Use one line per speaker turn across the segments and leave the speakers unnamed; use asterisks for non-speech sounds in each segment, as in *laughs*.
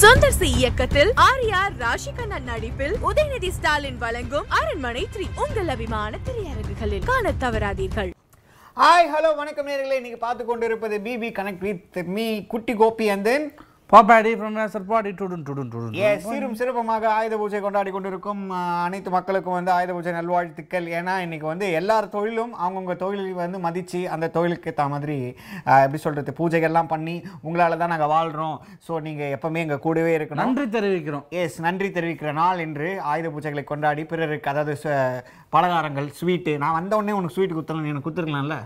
Sundar C இயக்கத்தில் R ஆர் ராஷிகண்ணன் நடிப்பில் உதயநிதி ஸ்டாலின் வழங்கும் அரண்மனை த்ரீ உங்கள் அபிமான திரையரங்குகளில் காணத் தவறாதீர்கள்
ஹாய் ஹலோ வணக்கம் நேயர்களே இன்னைக்கு பார்த்து கொண்டு இருப்பது பிபி கனெக்ட் வித் மீ குட்டி கோபி and then
பாப்பாடி பிரம்மேஸ்வர் பாடி டுடுன் டுடுன் டுடுன்
எஸ் சீரும் சிறப்புமாக ஆயுத பூஜை கொண்டாடி கொண்டிருக்கும் ஆ, அனைத்து மக்களுக்கும் வந்து ஆயுத பூஜை நல்வாழ்த்துக்கள் ஏன்னா இன்னைக்கு வந்து எல்லார் தொழிலும் அவங்கவுங்க தொழிலை வந்து மதித்து அந்த தொழிலுக்கு தா மாதிரி ஆ, எப்படி சொல்கிறது பூஜைகள்லாம் பண்ணி உங்களால் தான் நாங்கள் வாழ்கிறோம் ஸோ நீங்கள் எப்பவுமே எங்கள் கூடவே இருக்கணும்
நன்றி தெரிவிக்கிறோம்
எஸ் நன்றி தெரிவிக்கிற நாள் என்று ஆயுத பூஜைகளை கொண்டாடி பிறருக்கு அதாவது ச- பலகாரங்கள் ஸ்வீட்டு நான் வந்த உடனே உனக்கு ஸ்வீட் குத்தலாம் எனக்கு குத்துருக்கலாம்ல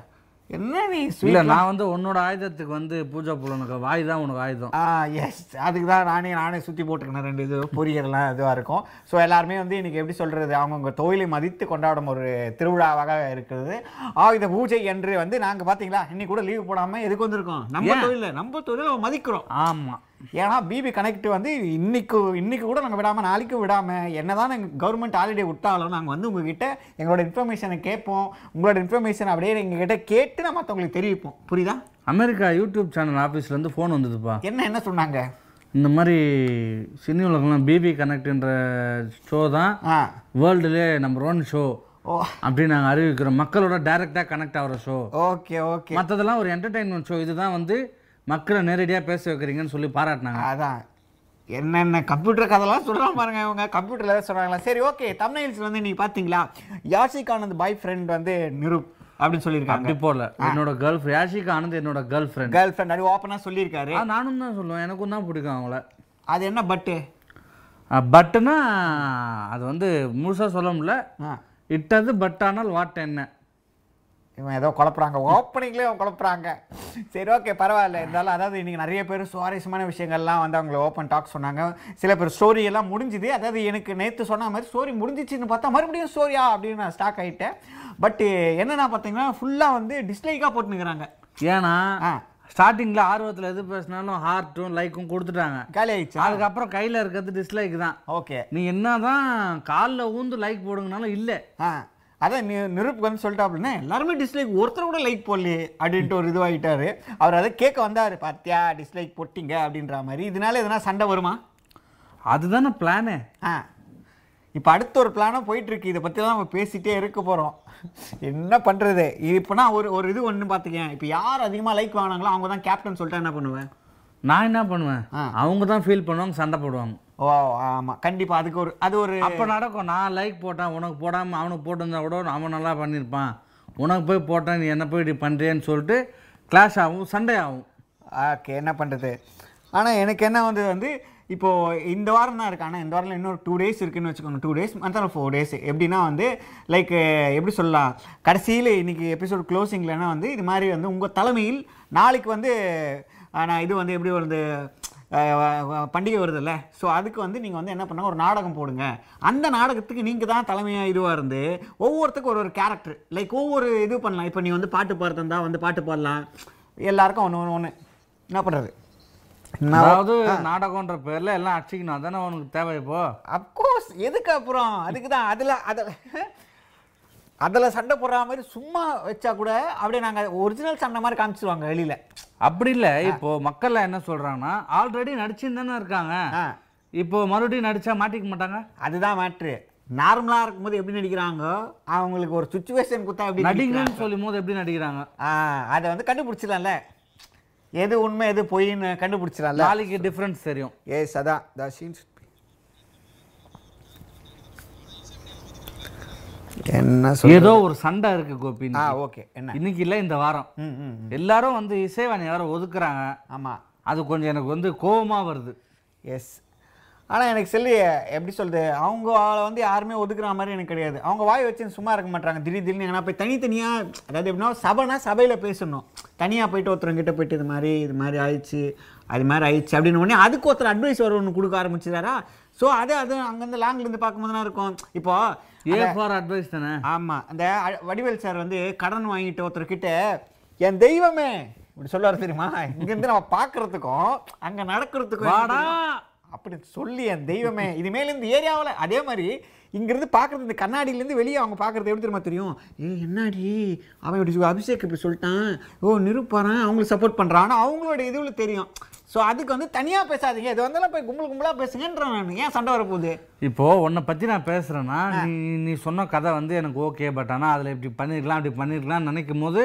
என்ன நீ
இல்ல
ஸ்வீட்
நான் வந்து உன்னோட ஆயுதத்துக்கு வந்து பூஜை புலனுக்கு வாய் தான் உனக்கு ஆயுதம்
ஆ எஸ் அதுக்கு தான் நானே நானே சுற்றி போட்டுக்கினேன் ரெண்டு இது பொரியெல்லாம் இதுவாக இருக்கும் ஸோ எல்லாருமே வந்து இன்றைக்கி எப்படி சொல்கிறது அவங்கவுங்க தொழிலை மதித்து கொண்டாடும் ஒரு திருவிழாவாக இருக்கிறது ஆயுத பூஜை என்று வந்து நாங்கள் பார்த்தீங்களா இன்னைக்கு கூட லீவு போடாமல் எதுக்கு வந்திருக்கோம் நம்ம
ஏன்?
தொழில நம்ம தொழிலை மதிக்கிறோம்
ஆமா
ஏன்னா பிபி கனெக்ட் வந்து இன்னைக்கு இன்னைக்கு கூட நாங்கள் விடாமல் நாளைக்கும் விடாமல் என்னதான் தான் கவர்மெண்ட் ஹாலிடே விட்டாலும் நாங்கள் வந்து உங்ககிட்ட எங்களோட இன்ஃபர்மேஷனை கேட்போம் உங்களோட இன்ஃபர்மேஷன் அப்படியே எங்ககிட்ட கேட்டு நான் மற்றவங்களுக்கு தெரிவிப்போம் புரியுதா
அமெரிக்கா யூடியூப் சேனல் ஆபீஸ்ல இருந்து ஃபோன் வந்ததுப்பா
என்ன என்ன சொன்னாங்க
இந்த மாதிரி சினி உலகம்லாம் பிபி கனெக்ட்ன்ற ஷோ தான்
ஆ
வேர்ல்டுலே நம்பர் ஒன் ஷோ
ஓ
அப்படின்னு நாங்கள் அறிவிக்கிறோம் மக்களோட டைரக்டா கனெக்ட் ஆகிற ஷோ
ஓகே ஓகே
மற்றதெல்லாம் ஒரு என்டர்டைன்மெண்ட் ஷோ இதுதான் வந்து மக்களை நேரடியா பேச வைக்கிறீங்கன்னு சொல்லி பாராட்டினாங்க
அதான் என்னென்ன கம்ப்யூட்டர் கதெல்லாம் சொல்கிறான் பாருங்க இவங்க கம்ப்யூட்டரில் ஏதாவது சொல்கிறாங்களா சரி ஓகே தமிழ்ஸ் வந்து நீங்கள் பார்த்தீங்களா யாஷிக் ஆனந்த் பாய் ஃப்ரெண்ட் வந்து நிரூப் அப்படின்னு சொல்லியிருக்காங்க
அப்படி போல என்னோட கேர்ள் ஃப்ரெண்ட் யாஷிகா ஆனந்த் என்னோட கேர்ள் ஃப்ரெண்ட்
கேர்ள் ஃப்ரெண்ட் அப்படி ஓப்பனாக சொல்லியிருக்காரு
நானும் தான் சொல்லுவேன் எனக்கும் தான் பிடிக்கும் அவங்கள
அது என்ன பட்டு
பட்டுனா அது வந்து முழுசாக சொல்ல முடியல
ஆ
இட்டது பட் ஆனால் வாட் என்ன
இவன் ஏதோ குழப்புறாங்க ஓப்பனிங்லேயே அவன் குழப்புறாங்க சரி ஓகே பரவாயில்ல இருந்தாலும் அதாவது இன்றைக்கி நிறைய பேர் சுவாரஸ்யமான விஷயங்கள்லாம் வந்து அவங்கள ஓப்பன் டாக் சொன்னாங்க சில பேர் ஸ்டோரி எல்லாம் முடிஞ்சுது அதாவது எனக்கு நேற்று சொன்ன மாதிரி ஸ்டோரி முடிஞ்சிச்சுன்னு பார்த்தா மறுபடியும் ஸ்டோரியா அப்படின்னு நான் ஸ்டாக் ஆகிட்டேன் பட்டு என்னென்னா பார்த்தீங்கன்னா ஃபுல்லாக வந்து டிஸ்லைக்காக போட்டுனுக்குறாங்க
ஏன்னா
ஆ.
ஸ்டார்டிங்கில் ஆர்வத்தில் எது பேசினாலும் ஹார்ட்டும் லைக்கும் கொடுத்துட்டாங்க
காலி ஆயிடுச்சா
அதுக்கப்புறம் கையில் இருக்கிறது டிஸ்லைக் தான்
ஓகே
நீ என்னதான் காலில் ஊந்து லைக் போடுங்கனாலும் இல்லை
ஆ அதான் நி நிருப்புக்கு வந்து சொல்லிட்டா அப்படின்னா எல்லாருமே டிஸ்லைக் ஒருத்தர் கூட லைக் போடலையே அப்படின்ட்டு ஒரு இதுவாகிட்டாரு அவர் அதை கேட்க வந்தார் பார்த்தியா டிஸ்லைக் போட்டிங்க அப்படின்ற மாதிரி இதனால எதனா சண்டை வருமா
அதுதானே பிளானே
ஆ இப்போ அடுத்த ஒரு பிளானாக போயிட்டுருக்கு இதை பற்றிலாம் நம்ம பேசிகிட்டே இருக்க போகிறோம் என்ன பண்ணுறது இப்போனா ஒரு ஒரு இது ஒன்று பார்த்துக்கேன் இப்போ யார் அதிகமாக லைக் வாங்கினாங்களோ அவங்க தான் கேப்டன் சொல்லிட்டா என்ன பண்ணுவேன்
நான் என்ன பண்ணுவேன்
ஆ.
அவங்க தான் ஃபீல் பண்ணுவாங்க சண்டை போடுவாங்க
ஓ ஆமாம் கண்டிப்பாக அதுக்கு ஒரு அது ஒரு
அப்போ நடக்கும் நான் லைக் போட்டேன் உனக்கு போடாமல் அவனுக்கு போட்டிருந்தா கூட அவன் நல்லா பண்ணியிருப்பான் உனக்கு போய் போட்டேன் நீ என்ன போய் இப்படி பண்ணுறியேன்னு சொல்லிட்டு கிளாஷ் ஆகும் சண்டை ஆகும்
ஓகே என்ன பண்ணுறது ஆனால் எனக்கு என்ன வந்து வந்து இப்போது இந்த வாரம் தான் இருக்கு ஆனால் இந்த வாரத்தில் இன்னொரு டூ டேஸ் இருக்குன்னு வச்சுக்கோங்க டூ டேஸ் மற்ற ஃபோர் டேஸ் எப்படின்னா வந்து லைக் எப்படி சொல்லலாம் கடைசியில் இன்னைக்கு எபிசோட் க்ளோசிங்லனா வந்து இது மாதிரி வந்து உங்கள் தலைமையில் நாளைக்கு வந்து ஆஹ், நான் இது வந்து எப்படி வருது ஆஹ், வ- வ- பண்டிகை வருதுல்ல ஸோ அதுக்கு வந்து நீங்கள் வந்து என்ன பண்ணுங்க ஒரு நாடகம் போடுங்க அந்த நாடகத்துக்கு நீங்கள் தான் தலைமையாக இதுவாக இருந்து ஒவ்வொருத்தருக்கும் ஒரு ஒரு கேரக்டர் லைக் ஒவ்வொரு இது பண்ணலாம் இப்போ நீ வந்து பாட்டு பாடுறதா வந்து பாட்டு பாடலாம் எல்லாருக்கும் ஒன்று ஒன்று ஒன்று என்ன பண்ணுறது
அதாவது நாடகம்ன்ற பேர்ல எல்லாம் அடிச்சுக்கணும் அதானே உனக்கு தேவை இப்போ
அப்கோர்ஸ் எதுக்கு அப்புறம் அதுக்கு தான் அதில் அதில் அதில் சண்டை போடுற மாதிரி சும்மா வச்சா கூட அப்படியே நாங்கள் ஒரிஜினல் சண்டை மாதிரி காமிச்சிருவாங்க வெளியில்
அப்படி இல்ல இப்போ மக்கள் என்ன சொல்றாங்கன்னா ஆல்ரெடி நடிச்சுன்னு தானே இருக்காங்க
ஆ
இப்போ மறுபடியும் நடிச்சா மாட்டிக்க மாட்டாங்க
அதுதான் மேட்ரு நார்மலாக இருக்கும்போது எப்படி நடிக்கிறாங்க அவங்களுக்கு ஒரு சுச்சுவேஷன் கொடுத்தா எப்படி நடிக்கிறாங்க
நடிங்கன்னு சொல்லும் போது எப்படி நடிக்கிறாங்க
ஆ அதை வந்து கண்டுபிடிச்சிடலாம்ல எது உண்மை எது பொய்ன்னு கண்டுபிடிச்சிடலாம்ல
நாளைக்கு டிஃப்ரென்ஸ் தெரியும்
எஸ் அதான் த ஷீன் என்ன
ஏதோ ஒரு சண்டை இருக்கு கோபி
ஆ ஓகே என்ன
இன்னைக்கு இல்ல இந்த வாரம்
ம் ம்
எல்லாரும் வந்து இசைவாணி யாரும் ஒதுக்குறாங்க
ஆமாம்
அது கொஞ்சம் எனக்கு வந்து கோவமா வருது
எஸ் ஆனால் எனக்கு சொல்லி எப்படி சொல்கிறது அவங்க ஆளை வந்து யாருமே ஒதுக்குற மாதிரி எனக்கு கிடையாது அவங்க வாய் வச்சு சும்மா இருக்க மாட்டாங்க திடீர் திடீர்னு எங்கன்னா போய் தனித்தனியாக அதாவது எப்படின்னா சபைனா சபையில் பேசணும் தனியாக போயிட்டு ஒருத்தவங்கிட்ட போயிட்டு இது மாதிரி இது மாதிரி ஆயிடுச்சு அது மாதிரி ஆயிடுச்சு அப்படின்னு உடனே அதுக்கு ஒருத்தர் அட்வைஸ் வர ஒன்று கொடுக்க ஆரம்பிச்சிடாரா ஸோ அது அது அங்கேருந்து லாங்லேருந்து பார்க்கும்போது தான் இருக்கும் இப்போது
ஏ ஃபார் அட்வைஸ் தானே
ஆமா அந்த அ- வடிவேல் சார் வந்து கடன் வாங்கிட்டு ஒருத்தர்கிட்ட என் தெய்வமே இப்படி சொல்லுவார் தெரியுமா இங்கிருந்து நம்ம பார்க்கறதுக்கும் அங்க நடக்கிறதுக்கும்
வாடா.
அப்படி சொல்லி என் தெய்வமே இனிமேல் இந்த ஏரியாவில் அதே மாதிரி இங்கிருந்து பார்க்கறது இந்த கண்ணாடியிலேருந்து வெளியே அவங்க பார்க்கறது எப்படி தெரியுமா தெரியும் ஏ என்னடி அவன் இப்படி சொ- அபிஷேக் இப்படி சொல்லிட்டான் ஓ நிரூப்பாரன் அவங்களுக்கு சப்போர்ட் பண்ணுறான் ஆனால் அவங்களோட இதுவில் தெரியும் ஸோ அதுக்கு வந்து தனியாக பேசாதீங்க இது வந்தாலும் போய் கும்பல் கும்பலாக பேசுங்கன்ற நான் ஏன் சண்டை வரப்போகுது
இப்போது உன்னை பற்றி நான் பேசுகிறேன்னா நீ நீ சொன்ன கதை வந்து எனக்கு ஓகே பட் ஆனால் அதில் இப்படி பண்ணியிருக்கலாம் அப்படி பண்ணியிருக்கலாம்னு நினைக்கும் போது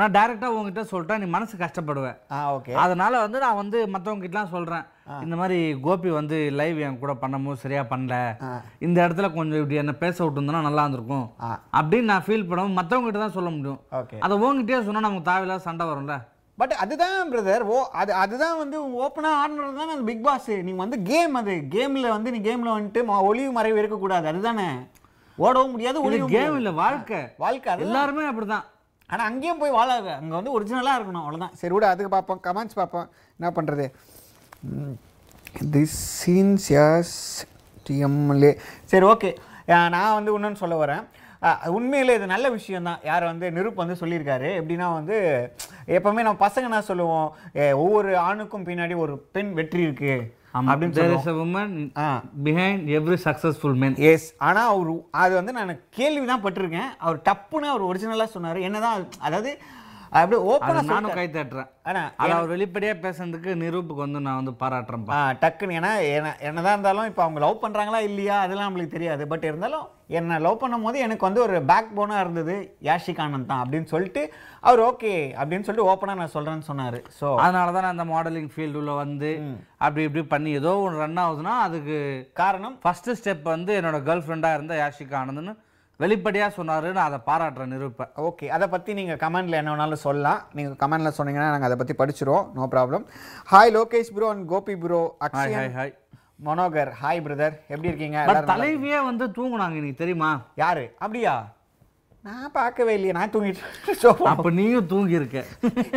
நான் டைரெக்டாக உங்ககிட்ட சொல்லிட்டா நீ மனசு கஷ்டப்படுவேன்
ஆ ஓகே
அதனால வந்து நான் வந்து மற்றவங்ககிட்டலாம் சொல்கிறேன் இந்த மாதிரி கோபி வந்து லைவ் என் கூட பண்ணும்போது சரியாக பண்ணல இந்த இடத்துல கொஞ்சம் இப்படி என்னை பேச விட்டுருந்தோன்னா நல்லா இருந்திருக்கும்
ஆ.
அப்படின்னு நான் ஃபீல் பண்ணவும் மற்றவங்ககிட்ட தான் சொல்ல முடியும்
ஓகே
அதை உங்ககிட்டயே சொன்னால் நமக்கு தேவையில்லாத சண்டை வரும்ல
பட் அதுதான் பிரதர் ஓ அது அதுதான் வந்து ஓப்பனாக ஆடுறது தானே அது பிக் பாஸ் நீங்கள் வந்து கேம் அது கேமில் வந்து நீ கேமில் வந்துட்டு ம- ஒளிவு மறைவு இருக்கக்கூடாது அதுதானே ஓடவும் முடியாது
இது
ஒளிவு
கேம் இல்லை வாழ்க்கை
வாழ்க்கை அதுதான்
எல்லாருமே அப்படிதான்
ஆனால் அங்கேயும் போய் வாழாது அங்கே வந்து ஒரிஜினலாக இருக்கணும் அவ்வளோதான் சரி விட அதுக்கு பார்ப்போம் கமெண்ட்ஸ் பார்ப்போம் என்ன பண்ணுறது திஸ் சீன்ஸ் யாஸ் டிஎம்எல்ஏ சரி ஓகே நான் வந்து இன்னொன்று சொல்ல வரேன் அஹ், உண்மையிலே இது நல்ல விஷயம் தான் யார் வந்து நிருப் வந்து சொல்லியிருக்காரு எப்படின்னா வந்து எப்போவுமே நம்ம பசங்க என்ன சொல்லுவோம் "ஏ, ஒவ்வொரு ஆணுக்கும் பின்னாடி ஒரு பெண் வெற்றி இருக்கு அப்படின்னு
there
சொல்லுவோம்
is a woman
ஆ.
behind every successful man
yes ஆனால் அவர் அது வந்து நான் கேள்வி தான் பட்டிருக்கேன் அவர் டப்புன்னு அவர் ஒரிஜினலாக சொன்னார் என்னதான் அது- அதாவது அப்படியே
அது
ஓப்பனாக
நானும் கை தட்டுறேன்
ஆனா
அது அவர் வெளிப்படையா பேசுனதுக்கு நிரூப்புக்கு வந்து நான் வந்து பாராட்டுறேன்ப்பா
ஆ, டக்குன்னு ஏன்னா என்ன- என்னதான் இருந்தாலும் இப்போ அவங்க லவ் பண்ணுறாங்களா இல்லையா அதெல்லாம் நம்மளுக்கு தெரியாது பட் இருந்தாலும் என்னை லவ் பண்ணும்போது எனக்கு வந்து ஒரு பேக் போனாக இருந்தது யாஷிக் ஆனந்த் தான் அப்படின்னு சொல்லிட்டு அவர் ஓகே அப்படின்னு சொல்லிட்டு ஓப்பனாக நான் சொல்கிறேன்னு சொன்னார் ஸோ
அதனால தான் நான் அந்த மாடலிங் ஃபீல்டுல வந்து அப்படி இப்படி பண்ணி ஏதோ ஒன்று ரன் ஆகுதுன்னா அதுக்கு
காரணம்
ஃபர்ஸ்ட் ஸ்டெப் வந்து என்னோட கேர்ள் ஃப்ரெண்டாக இருந்த யாஷிகா ஆனந்த்னு வெளிப்படையா சொன்னாரு நான் அதை பாராட்டுறேன் நிரூப்பை
ஓகே அதை பற்றி நீங்கள் கமெண்டில் என்ன வேணாலும் சொல்லலாம் நீங்கள் கமெண்டில் சொன்னீங்கன்னா நாங்கள் அதை பற்றி படிச்சிருவோம் no problem hi Lokesh bro and Gopi bro
hi
Akshay
hi hi
Manohar hi brother எப்படி இருக்கீங்க
பட்
எல்லாரும் நல்லா-
தலைவியே வந்து தூங்குனாங்க இன்னைக்கு தெரியுமா
யாரு அப்படியா நான் பார்க்கவே இல்லையே நான் தூங்கிட்டு *laughs* ஷோ
அப்ப நீயும் தூங்கி இருக்க
*laughs*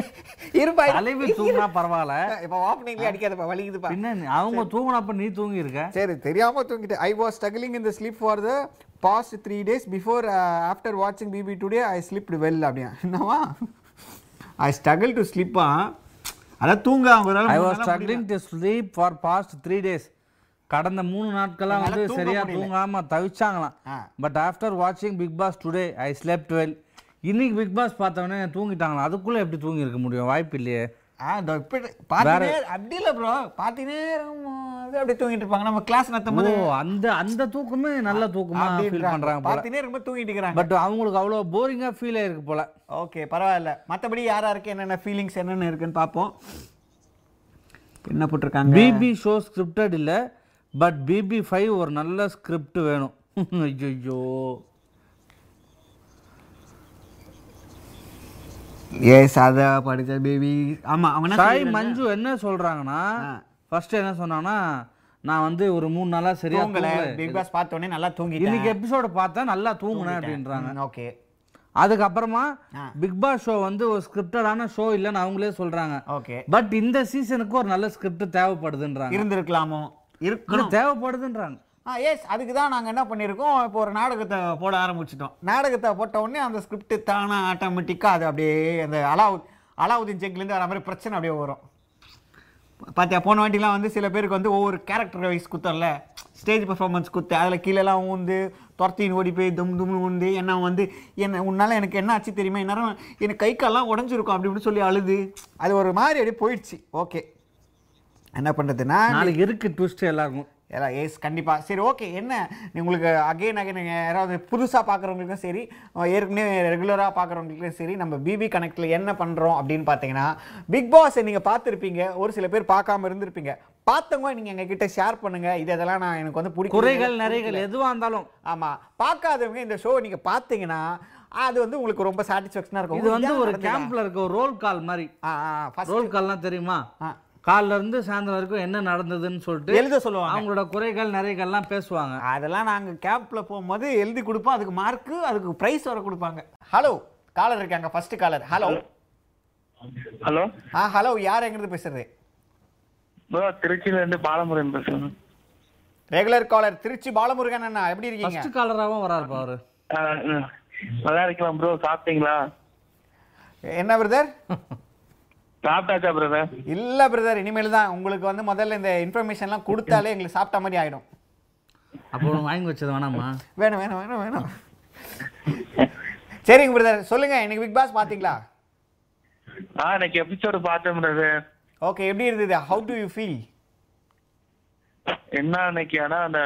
இருப்பா *laughs*
தலைவி தூங்கினா பரவாயில்ல
இப்போ ஓப்பனிங்லேயே அடிக்காதப்பா வலிக்குதுப்பா
பின்ன நீ- அவங்க தூங்கினப்ப நீ தூங்கி இருக்க
சரி தெரியாம தூங்கிட்டு I was struggling in the sleep for the past three days before after வாட்சிங் BB today I slip well அப்படியா என்னவா ஐ ஸ்ட்ரகிள் டு ஸ்லிப்பா அதான் தூங்க அவங்களால
ஐ வாஸ்
முன்னால முடியல.
Struggling to sleep for past three days கடந்த மூணு நாட்களா
என்னால
வந்து
தூங்க
சரியா
முடியல.
தூங்காம தவிச்சாங்களாம்
ஆ.
பட் ஆஃப்டர் வாட்சிங் Bigg Boss today I slept well இன்னைக்கு பிக் பாஸ் பார்த்தவொடனே தூங்கிட்டாங்களா அதுக்குள்ள எப்படி தூங்கி இருக்க முடியும் வாய்ப்பு இல்லையே
ஆ இதோ இப்ப பாத்தீங்க அப்படி இல்ல ப்ரோ பாத்தீங்க அப்படியே தூங்கிட்டு இருப்பாங்க நம்ம கிளாஸ் நடத்தும்
ஓ
போது
அந்த அந்த தூக்கமே நல்ல தூக்கமா ஃபீல் பண்றாங்க போல
பாத்தீங்க ரொம்ப தூங்கிட்டு இருக்கிறாங்க
பட் அவங்களுக்கு அவ்வளோ போரிங்கா ஃபீல் ஆயிருக்கு போல
ஓகே பரவாயில்ல மத்தபடி யார் யாருக்கு என்னென்ன ஃபீலிங்ஸ் என்னென்ன இருக்குன்னு பார்ப்போம் என்ன போட்டிருக்காங்க
பிபி ஷோ ஸ்கிரிப்டட் இல்ல பட் பிபி ஃபைவ் ஒரு நல்ல ஸ்கிரிப்ட் வேணும் *laughs* ஐயோ
எஸ் அதா படிச்ச பேபி ஆமா அவங்க என்ன
சாய் மஞ்சு என்ன சொல்றாங்கன்னா ஃபர்ஸ்ட் என்ன சொன்னாங்கன்னா நான் வந்து ஒரு மூணு நாளா சரியா
தூங்கல
தூங்கல.
பிக் பாஸ் பார்த்த உடனே நல்லா தூங்கிட்டேன்
இன்னைக்கு எபிசோட பார்த்தா நல்லா தூங்குனேன் அப்படின்றாங்க
ஓகே
அதுக்கப்புறமா
ஆ.
பிக் பாஸ் ஷோ வந்து ஒரு ஸ்கிரிப்டடான ஷோ இல்லைன்னு அவங்களே சொல்றாங்க
ஓகே
பட் இந்த சீசனுக்கு ஒரு நல்ல ஸ்கிரிப்ட் தேவைப்படுதுன்றாங்க
இருந்திருக்கலாமோ
இது
இருக்கணும்
தேவைப்படுதுன்றாங்க
ஆ எஸ் அதுக்கு தான் நாங்கள் என்ன பண்ணியிருக்கோம் இப்போ ஒரு நாடகத்தை போட ஆரம்பிச்சிட்டோம் நாடகத்தை போட்ட உடனே அந்த ஸ்கிரிப்ட் தானே ஆட்டோமேட்டிக்காக அது அப்படியே அந்த அலாவு அலாவுதீன் ஜெக்லேருந்து வர மாதிரி பிரச்சனை அப்படியே வரும் பார்த்தியா போன வாட்டிலாம் வந்து சில பேருக்கு வந்து ஒவ்வொரு கேரக்டர் வைஸ் குத்தரல ஸ்டேஜ் பெர்ஃபார்மன்ஸ் குத்து அதில் கீழெல்லாம் ஊந்து துரத்தின்னு ஓடி போய் தும் தும்னு ஊந்து என்ன வந்து என்ன உன்னால் எனக்கு என்ன ஆச்சு தெரியுமா என்னாரும் எனக்கு கை கால்லாம் உடஞ்சிருக்கும் அப்படி இப்படின்னு சொல்லி அழுது அது ஒரு மாதிரி அப்படியே போயிடுச்சு ஓகே என்ன பண்ணுறதுன்னா
நாளைக்கு இருக்கு ட்விஸ்ட் எல்லாருக்கும்
ஏடா எஸ் கண்டிப்பாக சரி ஓகே என்ன நீ உங்களுக்கு அகைன் அகைன் யாராவது புதுசாக பார்க்குறவங்களுக்கும் சரி அஹ் ஏற்கனவே ரெகுலராக பார்க்குறவங்களுக்கும் சரி நம்ம பிபி கனெக்டில் என்ன பண்ணுறோம் அப்படின்னு பார்த்தீங்கன்னா பிக் பாஸை நீங்கள் பார்த்துருப்பீங்க ஒரு சில பேர் பார்க்காம இருந்திருப்பீங்க பார்த்தவங்க நீங்கள் எங்ககிட்ட ஷேர் பண்ணுங்கள் இது இதெல்லாம் நான் எனக்கு வந்து பிடிக்கும்
குறைகள் நிறைகள் எதுவா இருந்தாலும்
ஆமாம் பார்க்காதவங்க இந்த ஷோ நீங்கள் பார்த்தீங்கன்னா அது வந்து உங்களுக்கு ரொம்ப சாட்டிஸ்ஃபேக்ஷனாக இருக்கும்
இது வந்து
ஏன்
ஒரு
நடந்ததா?
கேம்ப்ல இருக்க ஒரு ரோல் கால் மாதிரி
ஆ ஆ ஃபஸ்ட்
ரோல் கால்லாம் தெரியுமா
ஆ.
கால்ல இருந்து சாயந்தரம் வரைக்கும் என்ன நடந்ததுன்னு சொல்லிட்டு
எழுத சொல்லுவாங்க
அவங்களோட குறைகள் நிறைகள்லாம் பேசுவாங்க
அதெல்லாம் நாங்கள் கேம்பில் போகும்போது எழுதி கொடுப்போம் அதுக்கு மார்க்கு அதுக்கு ப்ரைஸ் வர கொடுப்பாங்க ஹலோ காலர் இருக்காங்க ஃபர்ஸ்ட் காலர் ஹலோ
ஹலோ
ஆ ஹலோ யார் எங்கிருந்து பேசுறது
ப்ரோ திருச்சியில இருந்து பாலமுருகன் பேசுறேன்
ரெகுலர் காலர் திருச்சி பாலமுருகன் அண்ணா எப்படி இருக்கீங்க
ஃபர்ஸ்ட் காலராகவும் வராருப்பா அவரு
ஆ, ஆ. நல்லா இருக்கலாம் ப்ரோ சாப்பிட்டீங்களா
என்ன பிரதர்
சாப்பிட்டாச்சா பிரதர்
இல்ல பிரதர் இனிமேல் தான் உங்களுக்கு வந்து முதல்ல இந்த இன்ஃபர்மேஷன்லாம் கொடுத்தாலே எங்களுக்கு சாப்பிட்ட மாதிரி ஆயிடும்
அப்போ ஒண்ணு வாங்கி வச்சது வேணாமா
வேணும் வேணும் வேணும் வேணும் சரிங்க பிரதர் சொல்லுங்க இன்னைக்கு பிக் பாஸ் பாத்தீங்களா
ஆ எனக்கு எபிசோடு பார்த்தேன் பிரதர்
ஓகே எப்படி இருந்தது ஹவு டு யூ ஃபீல்
என்ன அன்னைக்கு ஆனா அந்த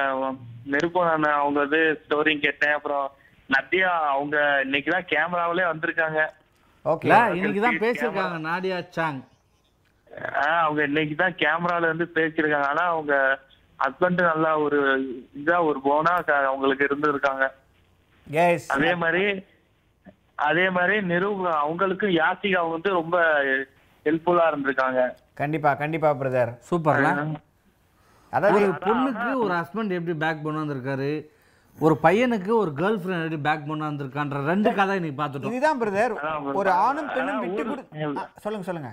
நெருக்கம் நான் அவங்க இது ஸ்டோரி கேட்டேன் அப்புறம் நத்தியா அவங்க இன்னைக்குதான் கேமராவிலே வந்திருக்காங்க
ஓகே
இல்ல இன்னைக்கு தான் பேசியிருக்காங்க நாடியா சாங்
ஆஹ் அவங்க இன்னைக்குதான் கேமரால வந்து பேசியிருக்காங்க ஆனா அவங்க ஹஸ்பண்ட் நல்லா ஒரு இதா ஒரு போனா அவங்களுக்கு இருந்திருக்காங்க
எஸ்
அதே மாதிரி அதே மாதிரி நிரூப அவங்களுக்கு யாசிகா வந்து ரொம்ப ஹெல்ப்ஃபுல்லா இருந்திருக்காங்க
கண்டிப்பா கண்டிப்பா பிரதர்
சூப்பர்ல
அதாவது
ஒரு பொண்ணுக்கு ஒரு ஹஸ்பண்ட் எப்படி பேக் இருக்காரு ஒரு பையனுக்கு ஒரு கேர்ள் ஃப்ரெண்ட் எப்படி பேக் இருக்கான்ற ரெண்டு கதை இன்னைக்கு பார்த்துட்டோம்
இதுதான் பிரதர்
அதான்
ஒரு ஆணும் பெண்ணும்
அதான்
விட்டு
ஊரு-
கொடு ஆ, சொல்லுங்க சொல்லுங்க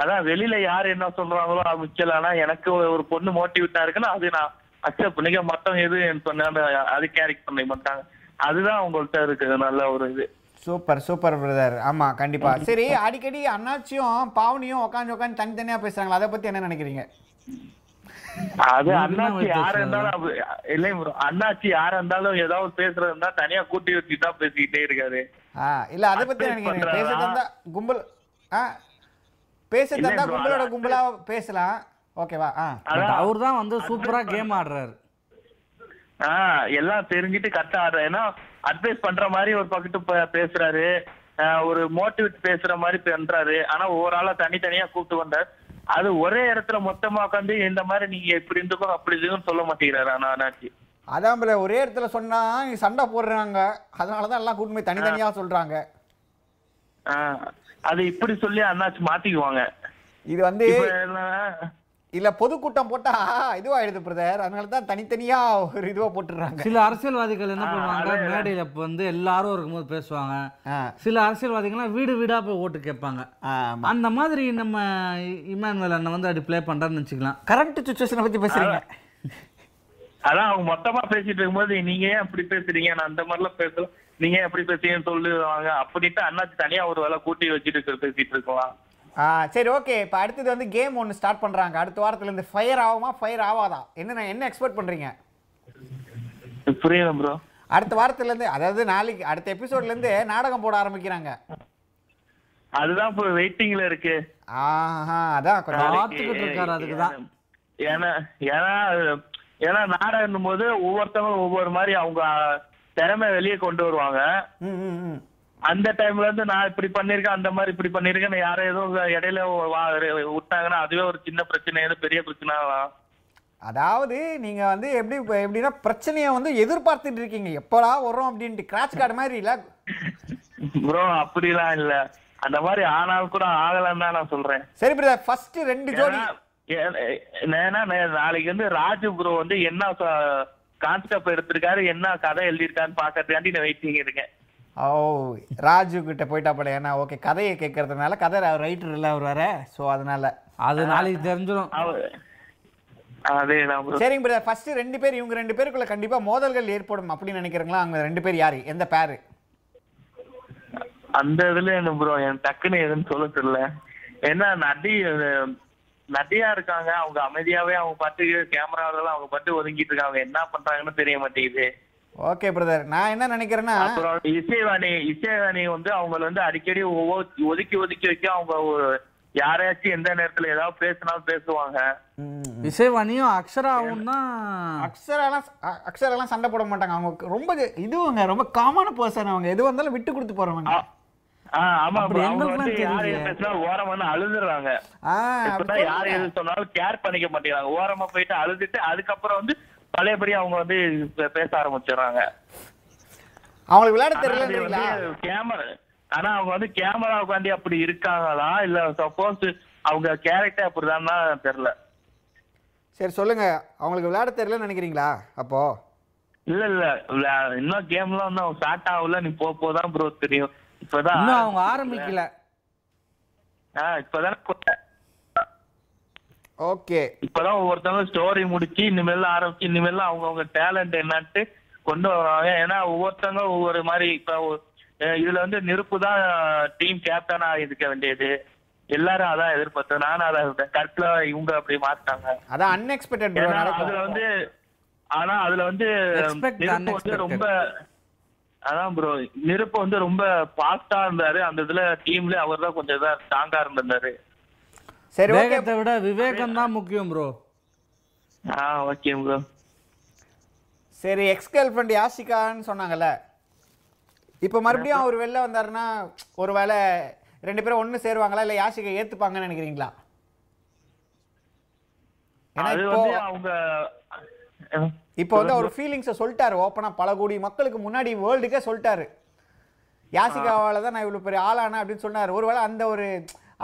அதான் வெளியில யார் என்ன சொல்றாங்களோ அது முக்கியம் ஆனா எனக்கு ஒரு பொண்ணு மோட்டிவேட்டா இருக்குன்னா அது நான் அக்செப்ட் பண்ணிக்க மத்தவங்க எது எனக்கு பண்ணாத அது கேரிக் பண்ண மாட்டாங்க அதுதான் அவங்கள்ட்ட இருக்கு நல்ல ஒரு இது
சூப்பர் சூப்பர் பிரதர் ஆமா கண்டிப்பா சரி அடிக்கடி அண்ணாச்சியும் பாவனியும் உட்காந்து உட்காந்து தனித்தனியா பேசுறாங்களா அதை பத்தி என்ன நினைக்கிறீங்க
அது
நீங்க என்ன
அண்ணாச்சி யாரா
பேசுறது?
இருந்தாலும் அப்படி- இல்லை bro. அண்ணாச்சி யாரா இருந்தாலும் ஏதாவது பேசுறதுன்னா தனியா கூட்டி வச்சு தான் பேசிக்கிட்டே இருக்காரு
ஆ இல்ல அதை பத்தி என்ன
Advice
நினைக்கிறீங்க பேச
பண்றாரா?
தந்தா கும்பல் ஆ பேச
இல்ல
தந்தா
bro,
கும்பலோட
அது-
கும்பலா பேசலாம் ஓகேவா ஆ
அதான்
அவர் தான் வந்து சூப்பரா கேம் ஆடுறாரு
ஆஹ் எல்லாம் தெரிஞ்சுட்டு கரெக்டா ஆடுறாரு ஏன்னா அட்வைஸ் பண்ற மாதிரி ஒரு பக்கத்து ப- பேசுறாரு ஆஹ் ஒரு மோட்டிவேட் பேசுற மாதிரி பண்றாரு ஆனா ஒவ்வொரு ஆளா தனித்தனியா கூப்பிட்டு வந்தார் அது ஒரே இடத்துல மொத்தமா உட்காந்து இந்த மாதிரி நீங்க இப்படி இருந்துக்கும் அப்படி இருந்துக்கும் சொல்ல மாட்டேங்கிறாரு ஆனா அண்ணாச்சி
அதான் போல ஒரே இடத்துல சொன்னா இங்க சண்டை போடுறாங்க அதனால தான் எல்லாம் கூட்டு போய் தனித்தனியா சொல்றாங்க
ஆஹ் அது இப்படி சொல்லி அண்ணாச்சி மாத்திக்குவாங்க
இது வந்து
இப்ப என்னன்னா,
இல்ல பொதுக்கூட்டம் போட்டா இதுவாயிடுது பிரதர் அதனால தான் தனித்தனியா ஒரு இதுவா போட்டுடுறாங்க
சில அரசியல்வாதிகள் என்ன பண்ணுவாங்க மேடையில இப்ப வந்து எல்லாரும் இருக்கும்போது பேசுவாங்க
ஆ
சில அரசியல்வாதிகள்லாம் வீடு வீடா போய் ஓட்டு கேட்பாங்க
ஆமா
அந்த மாதிரி நம்ம இ- இமானுவேல் அண்ணன் வந்து அப்படி ப்ளே பண்றாருன்னு வச்சுக்கலாம்
கரண்ட் சுச்சுவேஷனை பத்தி பேசுறீங்க
அதான் அவங்க மொத்தமா பேசிட்டு இருக்கும்போது நீங்க ஏன் அப்படி பேசுறீங்க நான் அந்த மாதிரிலாம் பேசல நீங்க ஏன் அப்படி பேசுறீங்கன்னு சொல்லுவாங்க அப்படின்ட்டு அண்ணாச்சி தனியா ஒரு வேலை கூட்டி வச்சுட்டு பேசிட்டு இருக்கலாம்
ஆ சரி ஓகே இப்போ அடுத்தது வந்து கேம் ஒன்று ஸ்டார்ட் பண்ணுறாங்க அடுத்த வாரத்துலேருந்து ஃபயர் ஆகுமா ஃபயர் ஆகாதா என்ன என்ன எக்ஸ்பெக்ட் பண்ணுறீங்க
புரியல ப்ரோ
அடுத்த வாரத்துலேருந்து அதாவது நாளைக்கு அடுத்த எபிசோட்லேருந்து நாடகம் போட ஆரம்பிக்கிறாங்க
அதுதான் இப்போ வெயிட்டிங்ல இருக்கு
ஆஹா அதான் கொஞ்சம்
பார்த்துக்கிட்டு இருக்காரு அதுக்கு தான்
ஏன்னா ஏன்னா ஏன்னா நாடகம் போது ஒவ்வொருத்தவங்க ஒவ்வொரு மாதிரி அவங்க திறமை வெளியே கொண்டு வருவாங்க
ம் ம் ம்
அந்த டைம்ல இருந்து நான் இப்படி பண்ணிருக்கேன் அந்த மாதிரி இப்படி பண்ணிருக்கேன் யாரோ ஏதோ இடையில வா- விட்டாங்கன்னா அதுவே ஒரு சின்ன பிரச்சனை ஏதோ பெரிய பிரச்சனை
*laughs*
ஆகலாம்.
அதாவது நீங்கள் வந்து எப்படி இப்ப எப்படின்னா பிரச்சனையை வந்து எதிர்பார்த்துட்டு இருக்கீங்க எப்படா வரும் அப்படின்ட்டு கிராச் கார்டு மாதிரி இல்லை
ப்ரோ அப்படிலாம் இல்ல அந்த மாதிரி ஆனாலும் கூட ஆகலன்னு தான் நான் சொல்றேன்
சரி பிரதர் ஃபஸ்ட்டு ரெண்டு ஜோடி
ஏன்னா ஏ- ஏன்னா நே- நாளைக்கு வந்து ராஜு ப்ரோ வந்து என்ன கான்செப்ட் எடுத்திருக்காரு என்ன கதை எழுதியிருக்காருன்னு பாக்கிறதுக்காண்டி நான் வெயிட்டிங் இருக்கேன்
ஓ ராஜு கிட்ட போயிட்டா போல ஏன்னா ஓகே கதையை கேட்கறதுனால கதை ரைட்டர் இல்லை அவர் வேற ஸோ அதனால
அது நாளைக்கு தெரிஞ்சிடும்
அவ- அதே தான் ப்ரோ
சரிங்க பிரதர் ஃபர்ஸ்ட் ரெண்டு பேர் இவங்க ரெண்டு பேருக்குள்ள கண்டிப்பா மோதல்கள் ஏற்படும் அப்படின்னு நினைக்கிறீங்களா அவங்க ரெண்டு பேர் யாரு எந்த பேரு
அந்த இதுல என்ன ப்ரோ என் டக்குன்னு எதுன்னு சொல்ல தெரியல ஏன்னா நடி நடியா இருக்காங்க அவங்க அமைதியாவே அவங்க பாட்டுக்கு கேமராவில அவங்க பாட்டு ஒதுங்கிட்டு இருக்காங்க அவங்க என்ன பண்றாங்கன்னு தெரிய மாட்டேங்குது
ஓகே பிரதர் நான் என்ன நினைக்கிறேன்னா
அப்புறம் இசைவாணி இசைவாணி வந்து அவங்கள வந்து அடிக்கடி ஒவ்வொரு ஒதுக்கி ஒதுக்கி வைக்க அவங்க ஒரு யாரையாச்சும் எந்த நேரத்துல ஏதாவது பேசினாலும் பேசுவாங்க
ம்,
இசைவாணியும் அக்ஷராவும் தான்
அக்ஷராலாம் அ- அக்ஷராலாம் சண்டை போட மாட்டாங்க அவங்க ரொம்ப இதுவங்க ரொம்ப காமான பர்சன் அவங்க எது வந்தாலும் விட்டு கொடுத்து போறவங்க
ஆ- ஆ, ஆமா
அப்படி
bro. அவங்க
எங்களுக்குலாம்
வந்து யார்
தெரியலையே.
எது பேசினாலும் ஓரமா வந்து அழுதுறாங்க
ஆ
இப்பதான் யார் எது சொன்னாலும் கேர் பண்ணிக்க மாட்டேங்கிறாங்க ஓரமா போயிட்டு அழுதுட்டு அதுக்கப்புறம் வந்து பழையபடி அவங்க வந்து பே- பேச ஆரம்பிச்சிடுறாங்க
அவங்களுக்கு விளையாட
ஆனா அது
தெரியலன்றீங்களா
வந்து camera- ஆனா அவங்க வந்து கேமரா உட்காந்து அப்படி இருக்காங்களா இல்ல சப்போஸ் அவங்க கேரக்டர் அப்படிதான்னா தெரியல
சரி சொல்லுங்க அவங்களுக்கு விளையாட தெரியலன்னு நினைக்கிறீங்களா அப்போ
இல்ல இல்ல இல்ல, இன்னும் கேம்லாம் இன்னும் ஸ்டார்ட் ஆகல நீ போ போதான் ப்ரோ தெரியும் இப்பதான்
இன்னும் அவங்க ஆரம்பிக்கல
ஆ, இப்பதான்
ஓகே
இப்பதான் ஒவ்வொருத்தவங்க ஸ்டோரி முடிச்சு இனிமேல் ஆரம்பிச்சு இனிமேல் அவங்கவுங்க டேலண்ட் என்னன்ட்டு கொண்டு வருவாங்க ஏன்னா ஒவ்வொருத்தவங்க ஒவ்வொரு மாதிரி இப்ப ஒ- அஹ் இதுல வந்து நெருப்பு தான் டீம் கேப்டனா இருக்க வேண்டியது எல்லாரும் அதான் எதிர்பார்த்தோம் நானும் அதான் கரெக்ட்ல இவங்க அப்படி மாட்டாங்க
அதான் அன்எக்ஸ்பெக்டட்
ஏன்னா
நடக்கும்
அதுல வந்து ஆனா அதுல வந்து
Expect
நெருப்பு
unexpected.
வந்து ரொம்ப அதான் ப்ரோ நெருப்பு வந்து ரொம்ப பாஸ்டா இருந்தாரு அந்த இதுல டீம்ல அவர் தான் கொஞ்சம் இதா ஸ்ட்ராங்கா இருந்தாரு
சரி ஓகே
வேகத்தை விட விவேகம் தான் முக்கியம் ப்ரோ
ஆ ஓகே ப்ரோ
சரி எக்ஸ் கேர்ள் ஃப்ரெண்ட் யாஷிகான்னு சொன்னாங்கல்ல இப்போ மறுபடியும் அவர் வெளில வந்தாருன்னா ஒருவேளை ரெண்டு பேரும் ஒன்று சேருவாங்களா இல்லை யாஷிகா ஏற்றுப்பாங்கன்னு நினைக்கிறீங்களா ஏன்னா
அது
இப்போ
வந்து அவங்க அஹ்,
இப்போ வந்து அவர் ஃபீலிங்ஸை சொல்லிட்டாரு ஓப்பனாக பல கோடி மக்களுக்கு முன்னாடி வேர்ல்டுக்கே சொல்லிட்டாரு யாசிகாவால தான் நான் இவ்வளோ பெரிய ஆளானா அப்படின்னு சொன்னார் ஒருவேளை அந்த ஒரு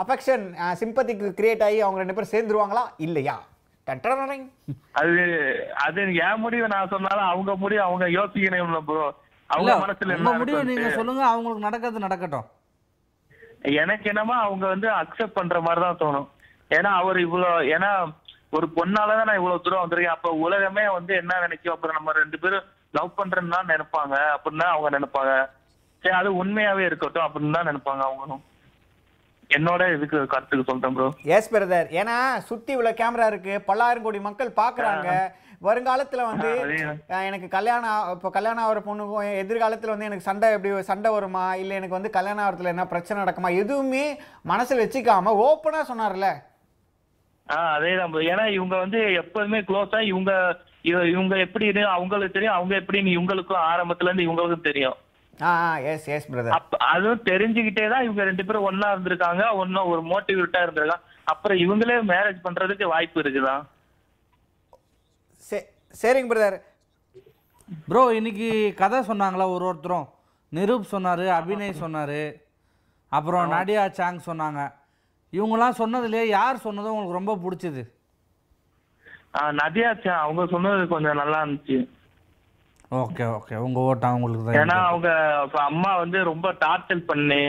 அஃபெக்ஷன் சிம்பத்திக்கு கிரியேட் ஆகி அவங்க ரெண்டு பேரும் சேர்ந்துருவாங்களா இல்லையா டட்டரரிங்.
அது அது என் முடிவு நான் சொன்னாலும் அவங்க முடிவு அவங்க யோசிக்கணும்ல ப்ரோ அவங்க
இல்ல உங்க
மனசுல என்ன
முடிவு
இருக்குன்ட்டு.
நீங்க சொல்லுங்க அவங்களுக்கு நடக்கிறது நடக்கட்டும்
எனக்கு என்னமோ அவங்க வந்து அக்செப்ட் பண்ற மாதிரி தான் தோணும் ஏன்னா அவர் இவ்வளவு ஏன்னா ஒரு பொண்ணாலதான் நான் இவ்வளவு தூரம் வந்திருக்கேன் அப்ப உலகமே வந்து என்ன நினைக்கும் அப்புறம் நம்ம ரெண்டு பேரும் லவ் பண்றேன்னு தான் நினைப்பாங்க அப்படின்னு தான் அவங்க நினைப்பாங்க சரி அது உண்மையாவே இருக்கட்டும் அப்படின்னு தான் நினைப்பாங்க அவங்களும் என்னோட இதுக்கு கருத்துக்கு சொல்றேன் ப்ரோ
எஸ் பிரதர் ஏன்னா சுத்தி இவ்வளோ கேமரா இருக்கு பல்லாயிரம் கோடி மக்கள் பார்க்குறாங்க வருங்காலத்துல வந்து
ஆ, அதேதான்.
அஹ், எனக்கு கல்யாணம் ஆ- இப்போ கல்யாணம் ஆகிற பொண்ணுக்கும் எதிர்காலத்துல வந்து எனக்கு சண்டை எப்படி சண்டை வருமா இல்லை எனக்கு வந்து கல்யாணம் ஆகிறதுல என்ன பிரச்சனை நடக்குமா எதுவுமே மனசுல வச்சுக்காம ஓப்பனா சொன்னார்ல
ஆஹ் அதேதான் bro. ஏன்னா இவங்க வந்து எப்போதுமே க்ளோஸா இவங்க இவ- இவங்க எப்படின்னு அவங்களுக்கு தெரியும் அவங்க எப்படின்னு இவங்களுக்கும் ஆரம்பத்துல இருந்து இவங்களுக்கும் தெரியும்
ஆ எஸ் எஸ் பிரதர்
அப்ப அதுவும் தெரிஞ்சுக்கிட்டே தான் இவங்க ரெண்டு பேரும் ஒண்ணா இருந்திருக்காங்க ஒன்னா ஒரு மோட்டிவேட்டா இருந்திருக்காங்க அப்புறம் இவங்களே மேரேஜ் பண்றதுக்கு வாய்ப்பு இருக்குதா
சரிங்க பிரதர்
ப்ரோ இன்னைக்கு கதை சொன்னாங்களா ஒரு ஒருத்தரும் நிரூப் சொன்னாரு அபிநய் சொன்னாரு அப்புறம் நடியா சாங் சொன்னாங்க இவங்கெல்லாம் சொன்னதுலயே யார் சொன்னதும் உங்களுக்கு ரொம்ப பிடிச்சது
ஆஹ் நதியாச்சா அவங்க சொன்னது கொஞ்சம் நல்லா இருந்துச்சு
ஓகே ஓகே உங்க ஓட்டம் அவங்களுக்கு தான்
ஏன்னா அவங்க அப்ப அம்மா வந்து ரொம்ப டார்ச்சல் பண்ணி